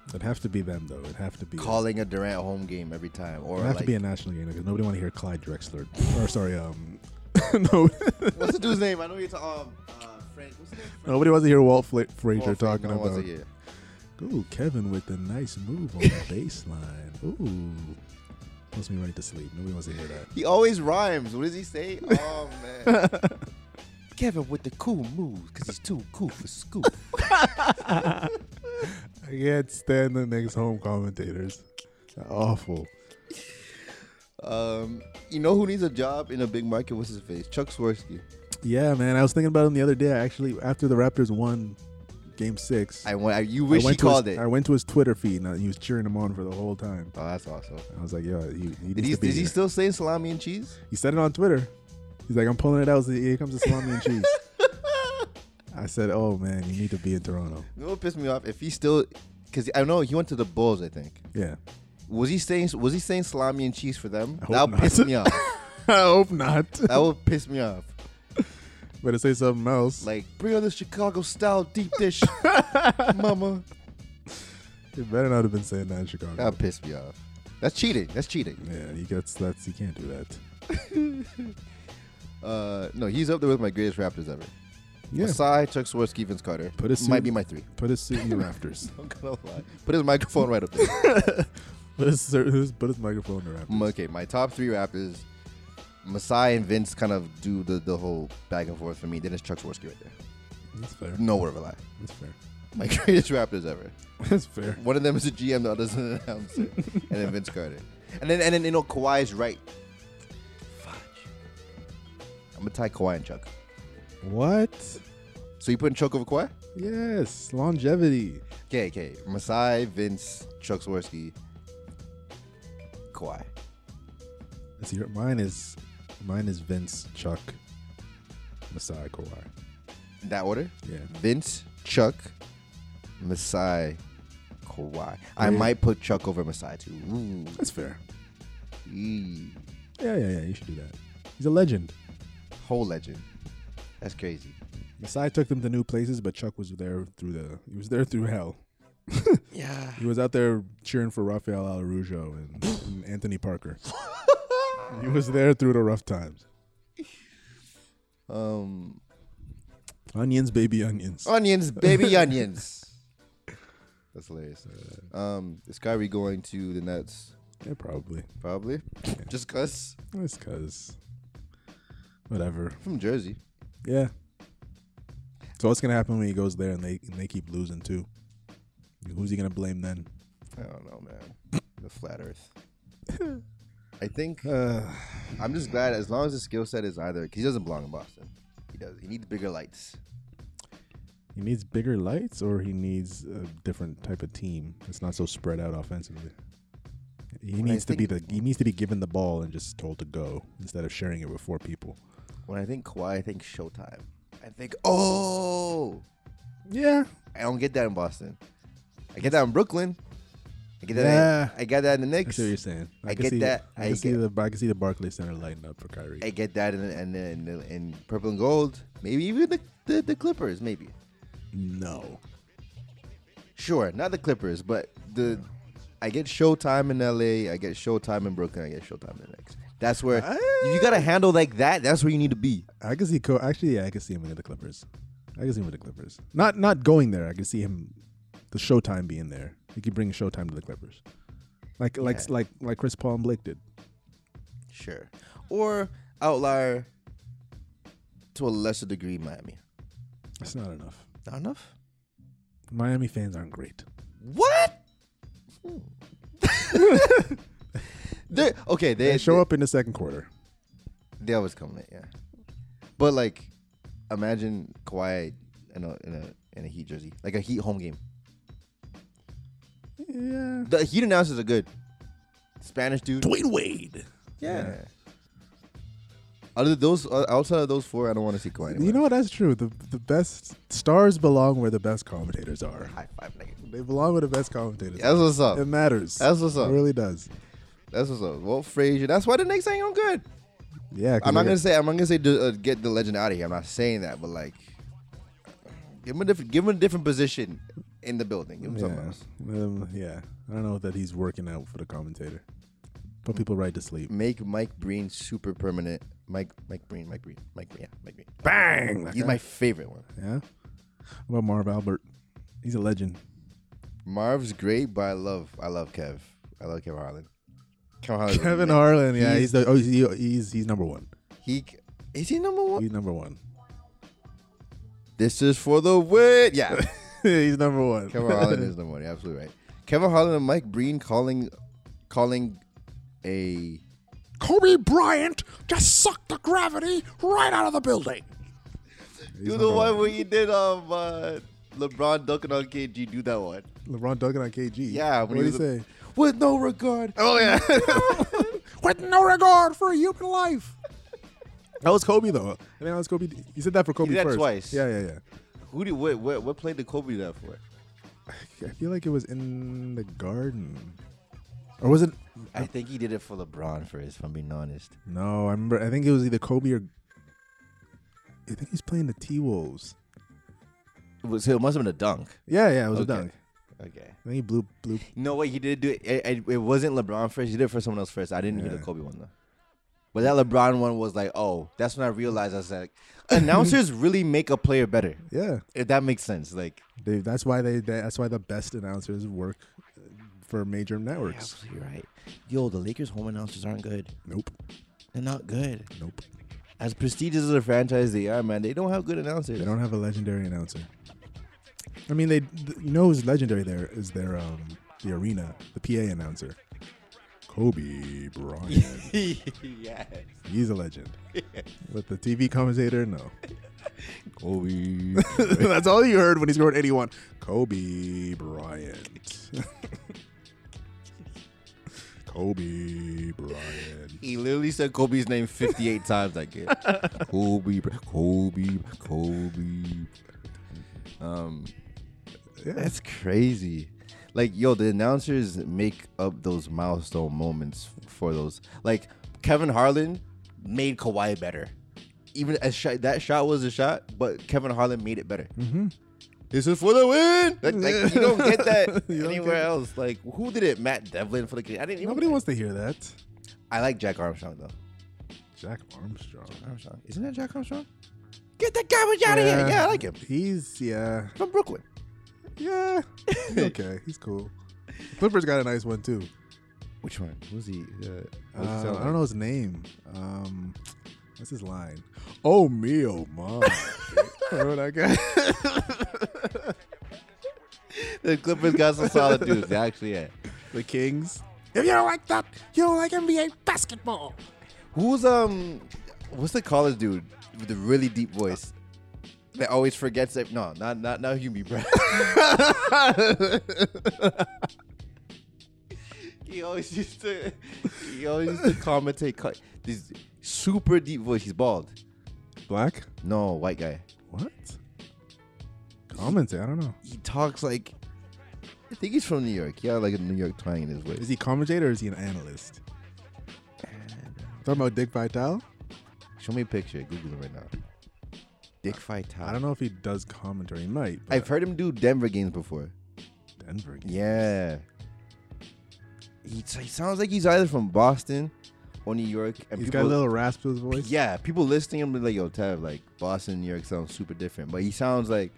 Speaker 2: It'd have to be them though. It'd have to be
Speaker 1: calling a Durant home game every time, or
Speaker 2: It would have
Speaker 1: like,
Speaker 2: to be a national game because nobody want to hear Clyde Drexler. or sorry, um, no,
Speaker 1: what's the dude's name? I know you're talking um, uh, Frank. What's his name? Frank?
Speaker 2: nobody wants to hear Walt Fla-
Speaker 1: Oh,
Speaker 2: Frazier
Speaker 1: Frank,
Speaker 2: talking
Speaker 1: no one wants
Speaker 2: about.
Speaker 1: to hear.
Speaker 2: Ooh, Kevin with the nice move on the baseline. Ooh, puts me right to sleep. Nobody wants to hear that.
Speaker 1: He always rhymes. What does he say? Oh man. Kevin with the cool moves, cause he's too cool for school.
Speaker 2: I can't stand the next home commentators. They're awful.
Speaker 1: Um, you know who needs a job in a big market? What's his face? Chuck Swirsky.
Speaker 2: Yeah, man. I was thinking about him the other day. I actually, after the Raptors won Game Six,
Speaker 1: I went. I, you wish
Speaker 2: went
Speaker 1: he
Speaker 2: to his-
Speaker 1: called it.
Speaker 2: I went to his Twitter feed and he was cheering him on for the whole time.
Speaker 1: oh, that's awesome.
Speaker 2: I was like, yo, he, he
Speaker 1: Did
Speaker 2: needs
Speaker 1: he?
Speaker 2: to be
Speaker 1: Did he
Speaker 2: here.
Speaker 1: still say salami and cheese?
Speaker 2: He said it on Twitter. He's like, I'm pulling it out. So here comes the salami and cheese. I said, Oh man, you need to be in Toronto.
Speaker 1: You know what pissed me off? If he still, cause I know he went to the Bulls. I think.
Speaker 2: Yeah.
Speaker 1: Was he saying? Was he saying salami and cheese for them?
Speaker 2: I hope
Speaker 1: That would
Speaker 2: not.
Speaker 1: piss me off.
Speaker 2: I hope not.
Speaker 1: That would piss me off.
Speaker 2: Better say something else.
Speaker 1: Like bring on the Chicago style deep dish, mama.
Speaker 2: it better not have been saying that in Chicago.
Speaker 1: That would piss me off. That's cheating. That's cheating.
Speaker 2: Yeah, he gets that's he can't do that.
Speaker 1: Uh, no, he's up there with my greatest Raptors ever.
Speaker 2: Yeah.
Speaker 1: Masai, Chuck Swirsky, Vince Carter.
Speaker 2: Put a suit-
Speaker 1: Might be my three.
Speaker 2: Put his suit in the rafters.
Speaker 1: I'm gonna lie. Put his microphone right up there.
Speaker 2: put, his, put his microphone in the rafters.
Speaker 1: M- Mm, okay, my top three rappers, Masai and Vince kind of do the, the whole back and forth for me. Then it's Chuck Swirsky right there.
Speaker 2: That's fair.
Speaker 1: No word of a lie.
Speaker 2: That's fair.
Speaker 1: My greatest rappers ever.
Speaker 2: That's fair.
Speaker 1: One of them is a GM, the other's an announcer. and then Vince Carter. And then and then you know Kawhi's right. Fudge. I'm gonna tie Kawhi and Chuck.
Speaker 2: What?
Speaker 1: So you putting Chuck over Kawhi?
Speaker 2: Yes, longevity.
Speaker 1: Okay, okay. Masai, Vince, Chuck Swirsky, Kawhi.
Speaker 2: Let's see, mine is mine is Vince, Chuck, Masai, Kawhi.
Speaker 1: In that order?
Speaker 2: Yeah.
Speaker 1: Vince, Chuck, Masai, Kawhi. I
Speaker 2: Yeah.
Speaker 1: might put Chuck over Masai too. Ooh.
Speaker 2: That's fair.
Speaker 1: Eee.
Speaker 2: Yeah, yeah, yeah. You should do that. He's a legend.
Speaker 1: Whole legend. That's crazy.
Speaker 2: Masai took them to new places, but Chuck was there through the. He was there through hell.
Speaker 1: Yeah.
Speaker 2: He was out there cheering for Rafael Alarujo and, and Anthony Parker. he was there through the rough times.
Speaker 1: Um,
Speaker 2: Onions, baby, onions.
Speaker 1: onions, baby onions. That's hilarious. Um, is Kyrie going to the Nets?
Speaker 2: Yeah, probably.
Speaker 1: Probably. Just cuz.
Speaker 2: That's cause. Whatever.
Speaker 1: From Jersey.
Speaker 2: Yeah. So what's gonna happen when he goes there and they and they keep losing too? Who's he gonna blame then?
Speaker 1: I don't know, man. The flat earth. I think
Speaker 2: Uh,
Speaker 1: I'm just glad as long as his skill set is either 'cause he doesn't belong in Boston. He does. He needs bigger lights.
Speaker 2: he needs bigger lights, or he needs a different type of team that's not so spread out offensively. He
Speaker 1: I
Speaker 2: needs to be the
Speaker 1: think-
Speaker 2: he needs to be given the ball and just told to go instead of sharing it with four people.
Speaker 1: When I think Kawhi, I think Showtime. I think oh,
Speaker 2: Yeah,
Speaker 1: I don't get that in Boston. I get that in Brooklyn. I get that.
Speaker 2: Yeah.
Speaker 1: In, I get that in the
Speaker 2: I
Speaker 1: Knicks.
Speaker 2: see what you're saying.
Speaker 1: I
Speaker 2: can
Speaker 1: get
Speaker 2: see,
Speaker 1: that.
Speaker 2: I
Speaker 1: I
Speaker 2: can see
Speaker 1: get-
Speaker 2: the I can see the Barclays Center lighting up for Kyrie.
Speaker 1: I get that in in, in, in, in purple and gold. Maybe even the, the, the Clippers. Maybe.
Speaker 2: No.
Speaker 1: Sure, not the Clippers, but the I get Showtime in LA, I get Showtime in Brooklyn, I get Showtime in X. That's where if you got a handle like that. That's where you need to be.
Speaker 2: I can see. Co- Actually, yeah, I can see him in the Clippers. I can see him with the Clippers. Not not going there. I can see him. The Showtime being there. He could bring Showtime to the Clippers, like like
Speaker 1: Yeah.
Speaker 2: like like Chris Paul and Blake did.
Speaker 1: Sure, or outlier to a lesser degree, Miami.
Speaker 2: That's not enough.
Speaker 1: Not enough.
Speaker 2: Miami fans aren't great.
Speaker 1: What? Hmm. they okay. They,
Speaker 2: They show up in the second quarter.
Speaker 1: They always come late, yeah. But like, imagine Kawhi in a in a in a Heat jersey, like a Heat home game.
Speaker 2: Yeah.
Speaker 1: The Heat announcers are good. Spanish dude,
Speaker 2: Dwayne Wade.
Speaker 1: yeah. Other than those, uh, outside of those four, I don't want to see Kawhi. Anywhere.
Speaker 2: You know what? That's true. The the best stars belong where the best commentators are.
Speaker 1: high five, nigga.
Speaker 2: They belong where the best commentators.
Speaker 1: That's what's
Speaker 2: are. It
Speaker 1: up.
Speaker 2: matters.
Speaker 1: That's what's up.
Speaker 2: It really does.
Speaker 1: That's what's up. Well, Frazier. That's why the Knicks ain't on good.
Speaker 2: Yeah. 'cause
Speaker 1: I'm not
Speaker 2: they-
Speaker 1: gonna say. I'm not gonna say do- uh, get the legend out of here. I'm not saying that, but like, give him a different, give him a different position in the building. Give him something
Speaker 2: Yeah.
Speaker 1: else.
Speaker 2: Um, yeah. I don't know that he's working out for the commentator. Put people right to sleep.
Speaker 1: make Mike Breen super permanent. Mike Mike Breen, Mike Breen, Mike Breen, yeah, Mike Breen.
Speaker 2: Bang! That
Speaker 1: He's
Speaker 2: guy.
Speaker 1: my favorite one.
Speaker 2: Yeah. How about Marv Albert? He's a legend.
Speaker 1: Marv's great, but I love I love Kev. I love Kevin Harlan. Kevin Harlan.
Speaker 2: Kevin Harlan. Yeah.
Speaker 1: he's-
Speaker 2: He's, the. Oh, he's, he's he's number one.
Speaker 1: He is he number one?
Speaker 2: He's number one.
Speaker 1: This is for the win. Yeah,
Speaker 2: he's number one.
Speaker 1: Kevin Harlan is number one. You're absolutely right. Kevin Harlan and Mike Breen calling calling a
Speaker 2: Kobe Bryant just sucked the gravity right out of the building.
Speaker 1: do the one where he did um uh, LeBron dunking on KG. Do that one.
Speaker 2: LeBron dunking on KG.
Speaker 1: Yeah,
Speaker 2: What
Speaker 1: when
Speaker 2: do
Speaker 1: he
Speaker 2: you
Speaker 1: was
Speaker 2: say?
Speaker 1: With no regard.
Speaker 2: Oh yeah. With no regard for human life. That was Kobe though. I think that was Kobe. You said that for Kobe
Speaker 1: did that
Speaker 2: first.
Speaker 1: twice.
Speaker 2: Yeah, yeah, yeah.
Speaker 1: Who did what? What, what play did Kobe do that for?
Speaker 2: I feel like it was in the garden, or was it?
Speaker 1: I think he did it for LeBron first, if I'm being honest.
Speaker 2: No, I remember. I think it was either Kobe or. I think he's playing the T Wolves.
Speaker 1: It was, it must have been a dunk.
Speaker 2: Yeah, yeah, it was
Speaker 1: Okay.
Speaker 2: a dunk.
Speaker 1: Okay.
Speaker 2: I think he blew blew.
Speaker 1: No, wait, he did do it. It, it- it wasn't LeBron first. He did it for someone else first. I didn't hear the
Speaker 2: Yeah.
Speaker 1: Kobe one, though. But that LeBron one was like, oh, that's when I realized I was like, announcers really make a player better.
Speaker 2: Yeah,
Speaker 1: If that makes sense. Like,
Speaker 2: they, that's why they, they. That's why the best announcers work uh, for major networks.
Speaker 1: you're right. Yo, the Lakers home announcers aren't good.
Speaker 2: Nope.
Speaker 1: They're not good.
Speaker 2: Nope.
Speaker 1: As prestigious as a franchise they are, man, they don't have good announcers.
Speaker 2: They don't have a legendary announcer. I mean, they th- you know who's legendary there is their um the arena, the PA announcer, Kobe Bryant.
Speaker 1: yeah.
Speaker 2: He's a legend. But the TV commentator, no.
Speaker 1: Kobe.
Speaker 2: That's all you heard when he scored 81. Kobe Bryant. Kobe Bryant.
Speaker 1: He literally said Kobe's name 58 times that game. Kobe, Kobe, Kobe. Um,
Speaker 2: Yeah.
Speaker 1: that's crazy. Like, yo, the announcers make up those milestone moments for those. Like, Kevin Harlan made Kawhi better. Even as shot, that shot was a shot, but Kevin Harlan made it better.
Speaker 2: Mm-hmm.
Speaker 1: This is for the win. Like, like, you don't get that
Speaker 2: You don't
Speaker 1: anywhere
Speaker 2: get it.
Speaker 1: else. Like, who did it? Matt Devlin for the. I didn't. Even,
Speaker 2: Nobody wants to hear that.
Speaker 1: I like Jack Armstrong though.
Speaker 2: Jack Armstrong.
Speaker 1: Armstrong. Isn't that Jack Armstrong? Get that garbage out of here. Yeah, I like him.
Speaker 2: He's yeah.
Speaker 1: From Brooklyn.
Speaker 2: Yeah. He's okay. He's cool. Clippers got a nice one too.
Speaker 1: Which one? Who's he? Uh,
Speaker 2: Uh, I don't know his name. Um, what's his line? Oh me, oh my. Remember that guy?
Speaker 1: The Clippers got some solid dudes. Actually, yeah.
Speaker 2: the Kings. If you don't like that, you don't like NBA basketball.
Speaker 1: Who's um, what's the college dude with the really deep voice that always forgets that? No, not not not Hubie, bro. he always used to he always used to commentate co- this super deep voice. He's bald.
Speaker 2: Black?
Speaker 1: No, white guy.
Speaker 2: What? Commentator? I don't know.
Speaker 1: he talks like I think he's from New York. Yeah, like a New York twang in his
Speaker 2: Is
Speaker 1: voice.
Speaker 2: he commentator or is he an analyst? Talking about Dick Vitale?
Speaker 1: Show me a picture. Google it right now. Dick Vitale.
Speaker 2: I don't know if he does commentary. He might. but
Speaker 1: I've heard him do Denver games before.
Speaker 2: Denver. game.
Speaker 1: Yeah. He, he sounds like he's either from Boston or New York. And
Speaker 2: He's got
Speaker 1: people,
Speaker 2: a little rasp to his voice.
Speaker 1: Yeah, people listening him be like, yo, Tav, like Boston, New York sounds super different. But he sounds like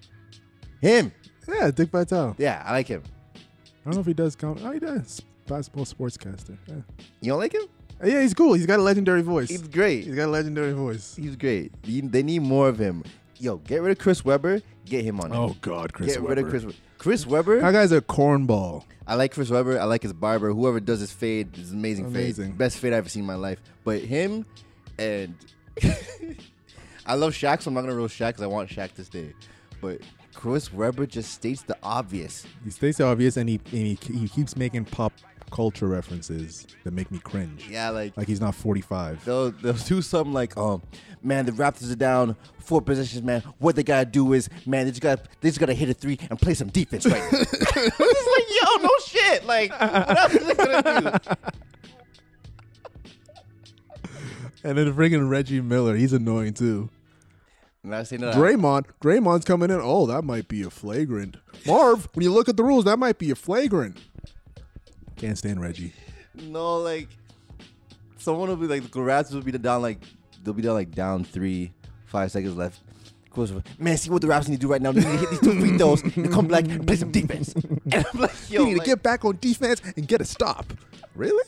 Speaker 1: him.
Speaker 2: Yeah, Dick Vitale.
Speaker 1: Yeah, I like him.
Speaker 2: I don't know if he does com. Oh, he does. Basketball sportscaster. Yeah.
Speaker 1: You don't like him?
Speaker 2: Uh, yeah, he's cool. He's got a legendary voice.
Speaker 1: He's great.
Speaker 2: He's got a legendary voice.
Speaker 1: He's great. They they need more of him. Yo, get rid of Chris Webber. Get him on.
Speaker 2: Oh God,
Speaker 1: it.
Speaker 2: Chris.
Speaker 1: get rid of
Speaker 2: Webber.
Speaker 1: Chris. Webber. Chris Webber.
Speaker 2: That guy's a cornball.
Speaker 1: I like Chris Webber. I like his barber. Whoever does his fade is amazing,
Speaker 2: Amazing.
Speaker 1: fade. Best fade I've ever seen in my life. But him and I love Shaq, so I'm not gonna roll Shaq because I want Shaq to stay. But Chris Webber just states the obvious.
Speaker 2: He stays obvious, and he and he, he keeps making pop culture references that make me cringe.
Speaker 1: Yeah, like
Speaker 2: Like he's not 45.
Speaker 1: they'll they'll do something like, um, man, the Raptors are down four positions, man. What they gotta do is, man, they just got they just gotta hit a three and play some defense right now. it's like, yo, no shit. Like, what else are they gonna do?
Speaker 2: And then friggin' Reggie Miller, he's annoying too.
Speaker 1: And I say, no,
Speaker 2: Draymond, Draymond's coming in. Oh, that might be a flagrant. Marv, when you look at the rules, that might be a flagrant. Can't stand Reggie.
Speaker 1: No, like someone will be like the Raptors will be down like they'll be down like down three, five seconds left. Coach will be, Man, see what the Raptors need to do right now. They need to hit these two free throws and come back and play some defense. And I'm like, yo,
Speaker 2: you need
Speaker 1: like,
Speaker 2: to get back on defense and get a stop. Really?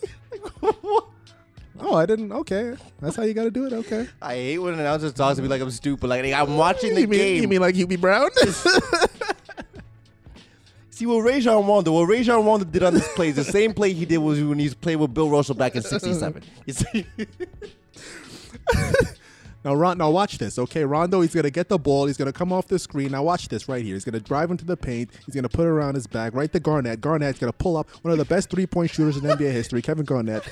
Speaker 1: what?
Speaker 2: Oh, I didn't. Okay, that's how you got to do it. Okay.
Speaker 1: I hate when an announcer talks to me like I'm stupid. Like, I'm watching the
Speaker 2: you mean,
Speaker 1: game.
Speaker 2: You mean like Hubie Brown?
Speaker 1: see what Rajon Wanda, what Rajon Wanda did on this play is the same play he did was when he was playing with Bill Russell back in '67. You see?
Speaker 2: now, Ron, now watch this. Okay, Rondo, he's gonna get the ball. He's gonna come off the screen. Now watch this right here. He's gonna drive into the paint. He's gonna put it around his back, right to Garnett. Garnett's gonna pull up one of the best three point shooters in NBA history, Kevin Garnett.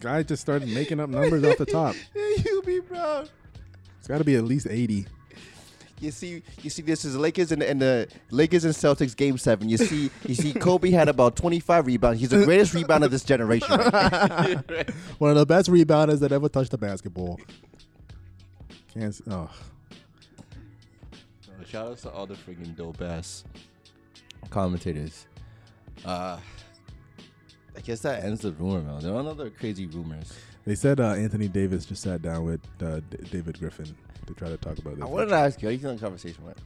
Speaker 2: Guy just started making up numbers off the top.
Speaker 1: you be proud.
Speaker 2: It's got to be at least eighty.
Speaker 1: You see, you see, this is Lakers and, and the Lakers and Celtics game seven. You see, you see, Kobe had about twenty five rebounds. He's the greatest rebounder of this generation.
Speaker 2: One of the best rebounders that ever touched the basketball. Can't. s- Oh,
Speaker 1: Shout out to all the freaking dope ass commentators. Uh, I guess that ends the rumor mill. There are other crazy rumors.
Speaker 2: they said uh, Anthony Davis just sat down with uh, D- David Griffin to try to talk about this.
Speaker 1: I wanted to ask you, how you think the conversation went?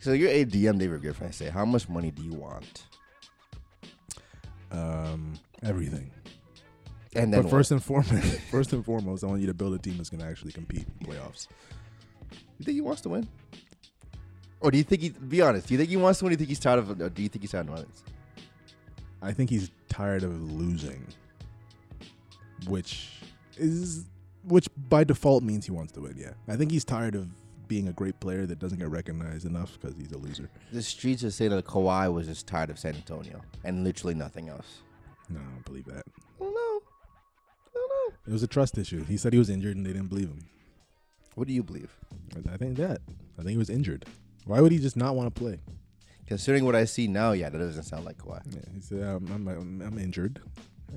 Speaker 1: So you're a DM David Griffin. I say, how much money do you want?
Speaker 2: um, everything.
Speaker 1: And then
Speaker 2: But first and foremost, first and foremost, I want you to build a team that's going to actually compete in playoffs.
Speaker 1: what? you think he wants to win? Or do you think he? Be honest. Do you think he wants to win? Do you think he's tired of? Or do you think he's tired of violence?
Speaker 2: I think he's tired of losing, which is which by default means he wants to win. Yeah, I think he's tired of being a great player that doesn't get recognized enough because he's a loser.
Speaker 1: The streets just say that Kawhi was just tired of San Antonio and literally nothing else.
Speaker 2: No, I don't believe that.
Speaker 1: I don't know. I don't know.
Speaker 2: It was a trust issue. He said he was injured and they didn't believe him.
Speaker 1: What do you believe?
Speaker 2: I- I think that. I think he was injured. Why would he just not want to play?
Speaker 1: Considering what I see now, yeah, that doesn't sound like Kawhi.
Speaker 2: Yeah, he said, I'm, I'm, I'm, I'm injured.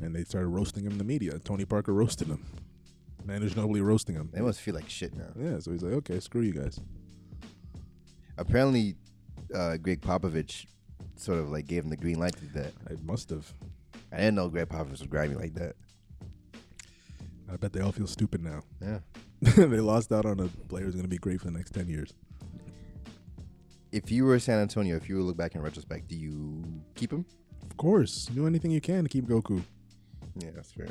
Speaker 2: And they started roasting him in the media. Tony Parker roasted him. Managed nobly roasting him.
Speaker 1: They must feel like shit now.
Speaker 2: Yeah, so he's like, okay, screw you guys.
Speaker 1: Apparently, uh, Greg Popovich sort of like gave him the green light to do that.
Speaker 2: I must have.
Speaker 1: I didn't know Greg Popovich was grimy like that.
Speaker 2: I bet they all feel stupid now.
Speaker 1: Yeah.
Speaker 2: they lost out on a player who's going to be great for the next 10 years.
Speaker 1: If you were San Antonio, if you were to look back in retrospect, do you keep him?
Speaker 2: Of course, do anything you can to keep Goku.
Speaker 1: Yeah, that's fair.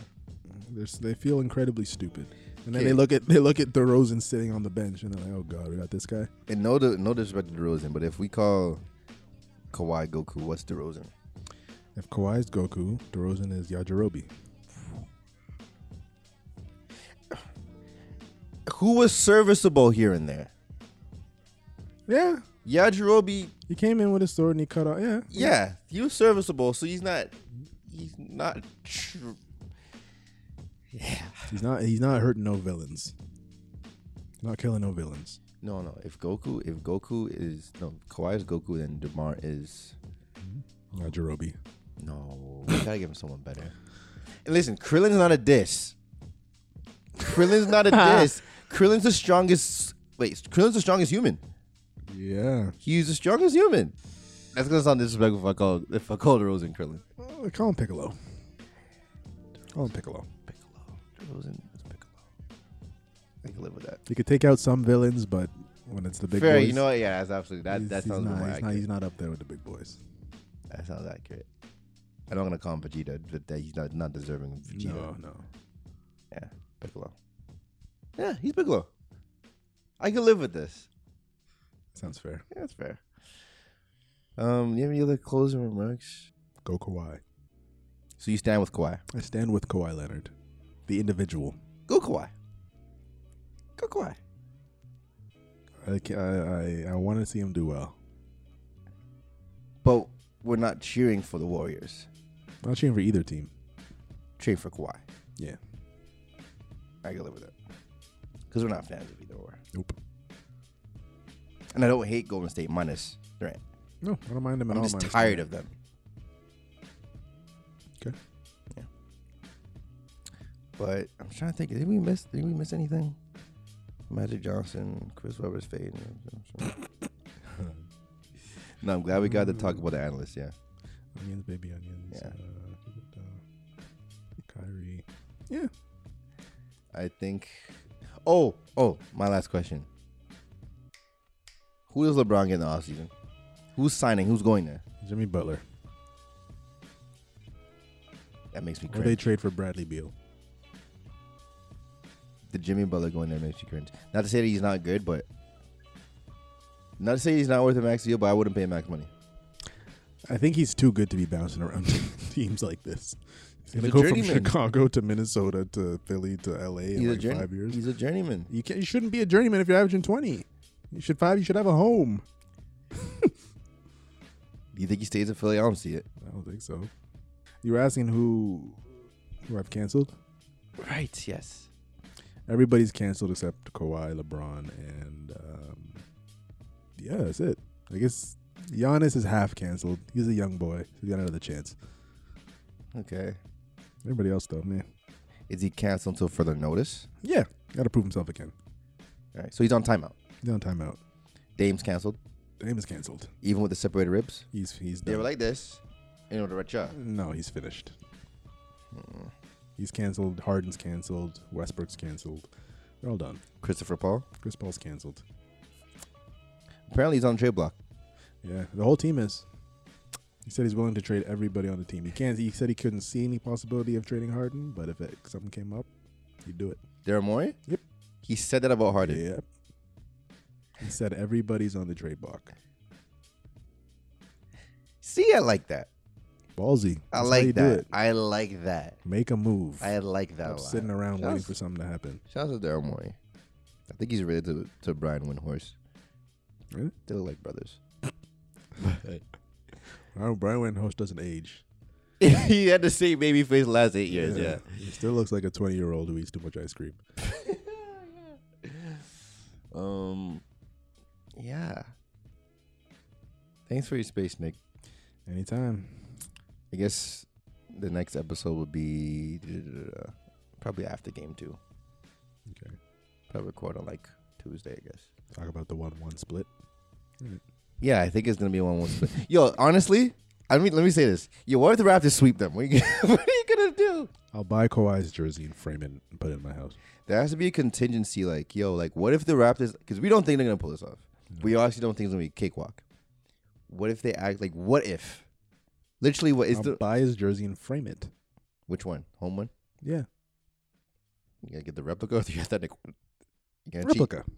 Speaker 2: They're, s- they feel incredibly stupid. And then
Speaker 1: Okay.
Speaker 2: they look at they look at DeRozan sitting on the bench and they're like, oh, God, we got this guy.
Speaker 1: And no, no disrespect to DeRozan, but if we call Kawhi Goku, what's DeRozan?
Speaker 2: If Kawhi is Goku, DeRozan is Yajirobe.
Speaker 1: Who was serviceable here and there?
Speaker 2: Yeah.
Speaker 1: Yajirobe,
Speaker 2: He came in with a sword and he cut off. Yeah.
Speaker 1: yeah, he was serviceable, so he's not, he's not. Tr- yeah.
Speaker 2: He's not he's not hurting no villains. He's not killing no villains.
Speaker 1: No, no. If Goku, if Goku is no Kawhi is Goku, then Demar is
Speaker 2: Yajirobe.
Speaker 1: no. We gotta give him someone better. And listen, Krillin's not a diss. Krillin's not a diss. Krillin's the strongest. Wait, Krillin's the strongest human.
Speaker 2: Yeah.
Speaker 1: He's the strongest human. That's gonna sound disrespectful if I call if I call DeRozan Krillin.
Speaker 2: Uh, call him Piccolo. Call him Piccolo.
Speaker 1: Piccolo, DeRozan, it's Piccolo. I can live with that.
Speaker 2: You could take out some villains, but when it's the big
Speaker 1: Fair,
Speaker 2: boys,
Speaker 1: you know what? Yeah, that's absolutely that.
Speaker 2: he's-
Speaker 1: That
Speaker 2: he's
Speaker 1: sounds
Speaker 2: not,
Speaker 1: more
Speaker 2: he's not,
Speaker 1: accurate.
Speaker 2: he's not up there with the big boys.
Speaker 1: That sounds accurate. I'm not gonna call him Vegeta, but that he's not, not deserving of Vegeta.
Speaker 2: No, no.
Speaker 1: Yeah, Piccolo. Yeah, he's Piccolo. I can live with this.
Speaker 2: Sounds fair.
Speaker 1: Yeah, that's fair. Um, you have any other closing remarks?
Speaker 2: Go Kawhi.
Speaker 1: So you stand with Kawhi.
Speaker 2: I stand with Kawhi Leonard, the individual.
Speaker 1: Go Kawhi. Go Kawhi.
Speaker 2: I ca- I I, I want to see him do well.
Speaker 1: But we're not cheering for the Warriors.
Speaker 2: I'm not cheering for either team.
Speaker 1: Cheering for Kawhi.
Speaker 2: Yeah.
Speaker 1: I can live with it. Because we're not fans of either or.
Speaker 2: Nope.
Speaker 1: And I don't hate Golden State minus Durant.
Speaker 2: No, I don't mind him
Speaker 1: I'm
Speaker 2: at all.
Speaker 1: just
Speaker 2: Oh, minus
Speaker 1: tired of them.
Speaker 2: Okay.
Speaker 1: Yeah. But I'm trying to think. Did we miss? Did we miss anything? Magic Johnson, Chris Webber's fade. no, I'm glad we got to talk about the analysts. Yeah,
Speaker 2: Onions, baby onions.
Speaker 1: Yeah.
Speaker 2: Uh, Kyrie. Yeah.
Speaker 1: I think. Oh, oh, my last question. Who does LeBron get in the offseason? Who's signing? Who's going there?
Speaker 2: Jimmy Butler.
Speaker 1: That makes me
Speaker 2: Or they
Speaker 1: cringe.
Speaker 2: trade for Bradley Beal.
Speaker 1: the Jimmy Butler going there makes you cringe. Not to say that he's not good, but not to say he's not worth a max deal, but I wouldn't pay max money.
Speaker 2: I think he's too good to be bouncing around teams like this.
Speaker 1: He's
Speaker 2: He's gonna
Speaker 1: a
Speaker 2: go from
Speaker 1: journeyman.
Speaker 2: Chicago to Minnesota to Philly to LA in
Speaker 1: He's a
Speaker 2: like
Speaker 1: journey-
Speaker 2: five years.
Speaker 1: He's a journeyman.
Speaker 2: You can you shouldn't be a journeyman if you're averaging twenty. You should five. You should have a home.
Speaker 1: Do you think he stays in Philly? I don't see it.
Speaker 2: I don't think so. You were asking who who I've canceled.
Speaker 1: Right. Yes.
Speaker 2: Everybody's canceled except Kawhi, LeBron, and um, yeah, that's it. I guess Giannis is half canceled. He's a young boy. He's got another chance.
Speaker 1: Okay.
Speaker 2: Everybody else though, man.
Speaker 1: Is he canceled until further notice?
Speaker 2: Yeah, got to prove himself again.
Speaker 1: All right. So he's on timeout.
Speaker 2: He's on timeout.
Speaker 1: Dame's canceled,
Speaker 2: Dame is canceled.
Speaker 1: even with the separated ribs.
Speaker 2: He's he's
Speaker 1: They
Speaker 2: done.
Speaker 1: were like this, in order to reach out.
Speaker 2: no, he's finished. He's canceled. Harden's canceled. Westbrook's canceled. They're all done.
Speaker 1: Christopher Paul.
Speaker 2: Chris Paul's canceled.
Speaker 1: Apparently, he's on the trade block.
Speaker 2: Yeah, the whole team is. He said he's willing to trade everybody on the team. He can't. He said he couldn't see any possibility of trading Harden, but if it, something came up, he'd do it.
Speaker 1: Daryl Morey.
Speaker 2: Yep.
Speaker 1: He said that about Harden.
Speaker 2: Yep. He said everybody's on the trade block.
Speaker 1: See, I like that.
Speaker 2: Ballsy.
Speaker 1: I
Speaker 2: That's how you
Speaker 1: like
Speaker 2: do
Speaker 1: that.
Speaker 2: it.
Speaker 1: I like that.
Speaker 2: Make a move.
Speaker 1: I like that a
Speaker 2: Stop
Speaker 1: lot.
Speaker 2: sitting around waiting
Speaker 1: Sounds-
Speaker 2: for something to happen.
Speaker 1: Shout out to Daryl Morey. I think he's related to, to Brian Windhorse.
Speaker 2: Really?
Speaker 1: They look like brothers.
Speaker 2: Brian Brian Windhorst doesn't age.
Speaker 1: he had the same baby face last eight years. yeah.
Speaker 2: He still looks like a 20 year old who eats too much ice cream.
Speaker 1: um, yeah. Thanks for your space, Nick.
Speaker 2: Anytime.
Speaker 1: I guess the next episode will be probably after game two.
Speaker 2: Okay.
Speaker 1: Probably record on like Tuesday, I guess.
Speaker 2: Talk about the 1 1 split.
Speaker 1: Yeah, I think it's gonna be one one split. Yo, honestly, I mean, let me say this. Yo, what if the Raptors sweep them? What are you, what are you gonna do?
Speaker 2: I'll buy Kawhi's jersey and frame it and put it in my house.
Speaker 1: There has to be a contingency, like yo, like what if the Raptors? Because we don't think they're gonna pull this off. We honestly don't think it's gonna be a cakewalk. What if they act like? What if? Literally, what is
Speaker 2: I'll
Speaker 1: the
Speaker 2: buy his jersey and frame it.
Speaker 1: which one? Home one?
Speaker 2: Yeah.
Speaker 1: You gotta get the replica or the authentic one? You gotta cheat.
Speaker 2: Replica.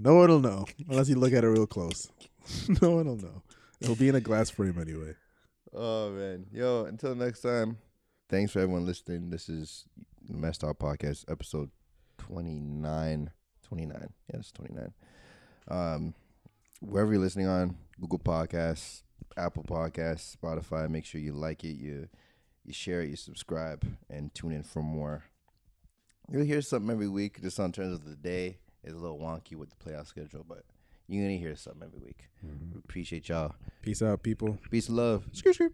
Speaker 2: no one will know unless you look at it real close. no one will know. It'll be in a glass frame anyway.
Speaker 1: Oh man, yo! Until next time, thanks for everyone listening. This is Messed Up Podcast, episode 29. 29. Yes, 29. Um, wherever you're listening on Google Podcasts, Apple Podcasts, Spotify, make sure you like it, you you share it, you subscribe, and tune in for more. You'll hear something every week. Just on terms of the day, it's a little wonky with the playoff schedule, but you're gonna hear something every week. Appreciate y'all.
Speaker 2: Peace out, people.
Speaker 1: Peace, love.
Speaker 2: Screw, screw.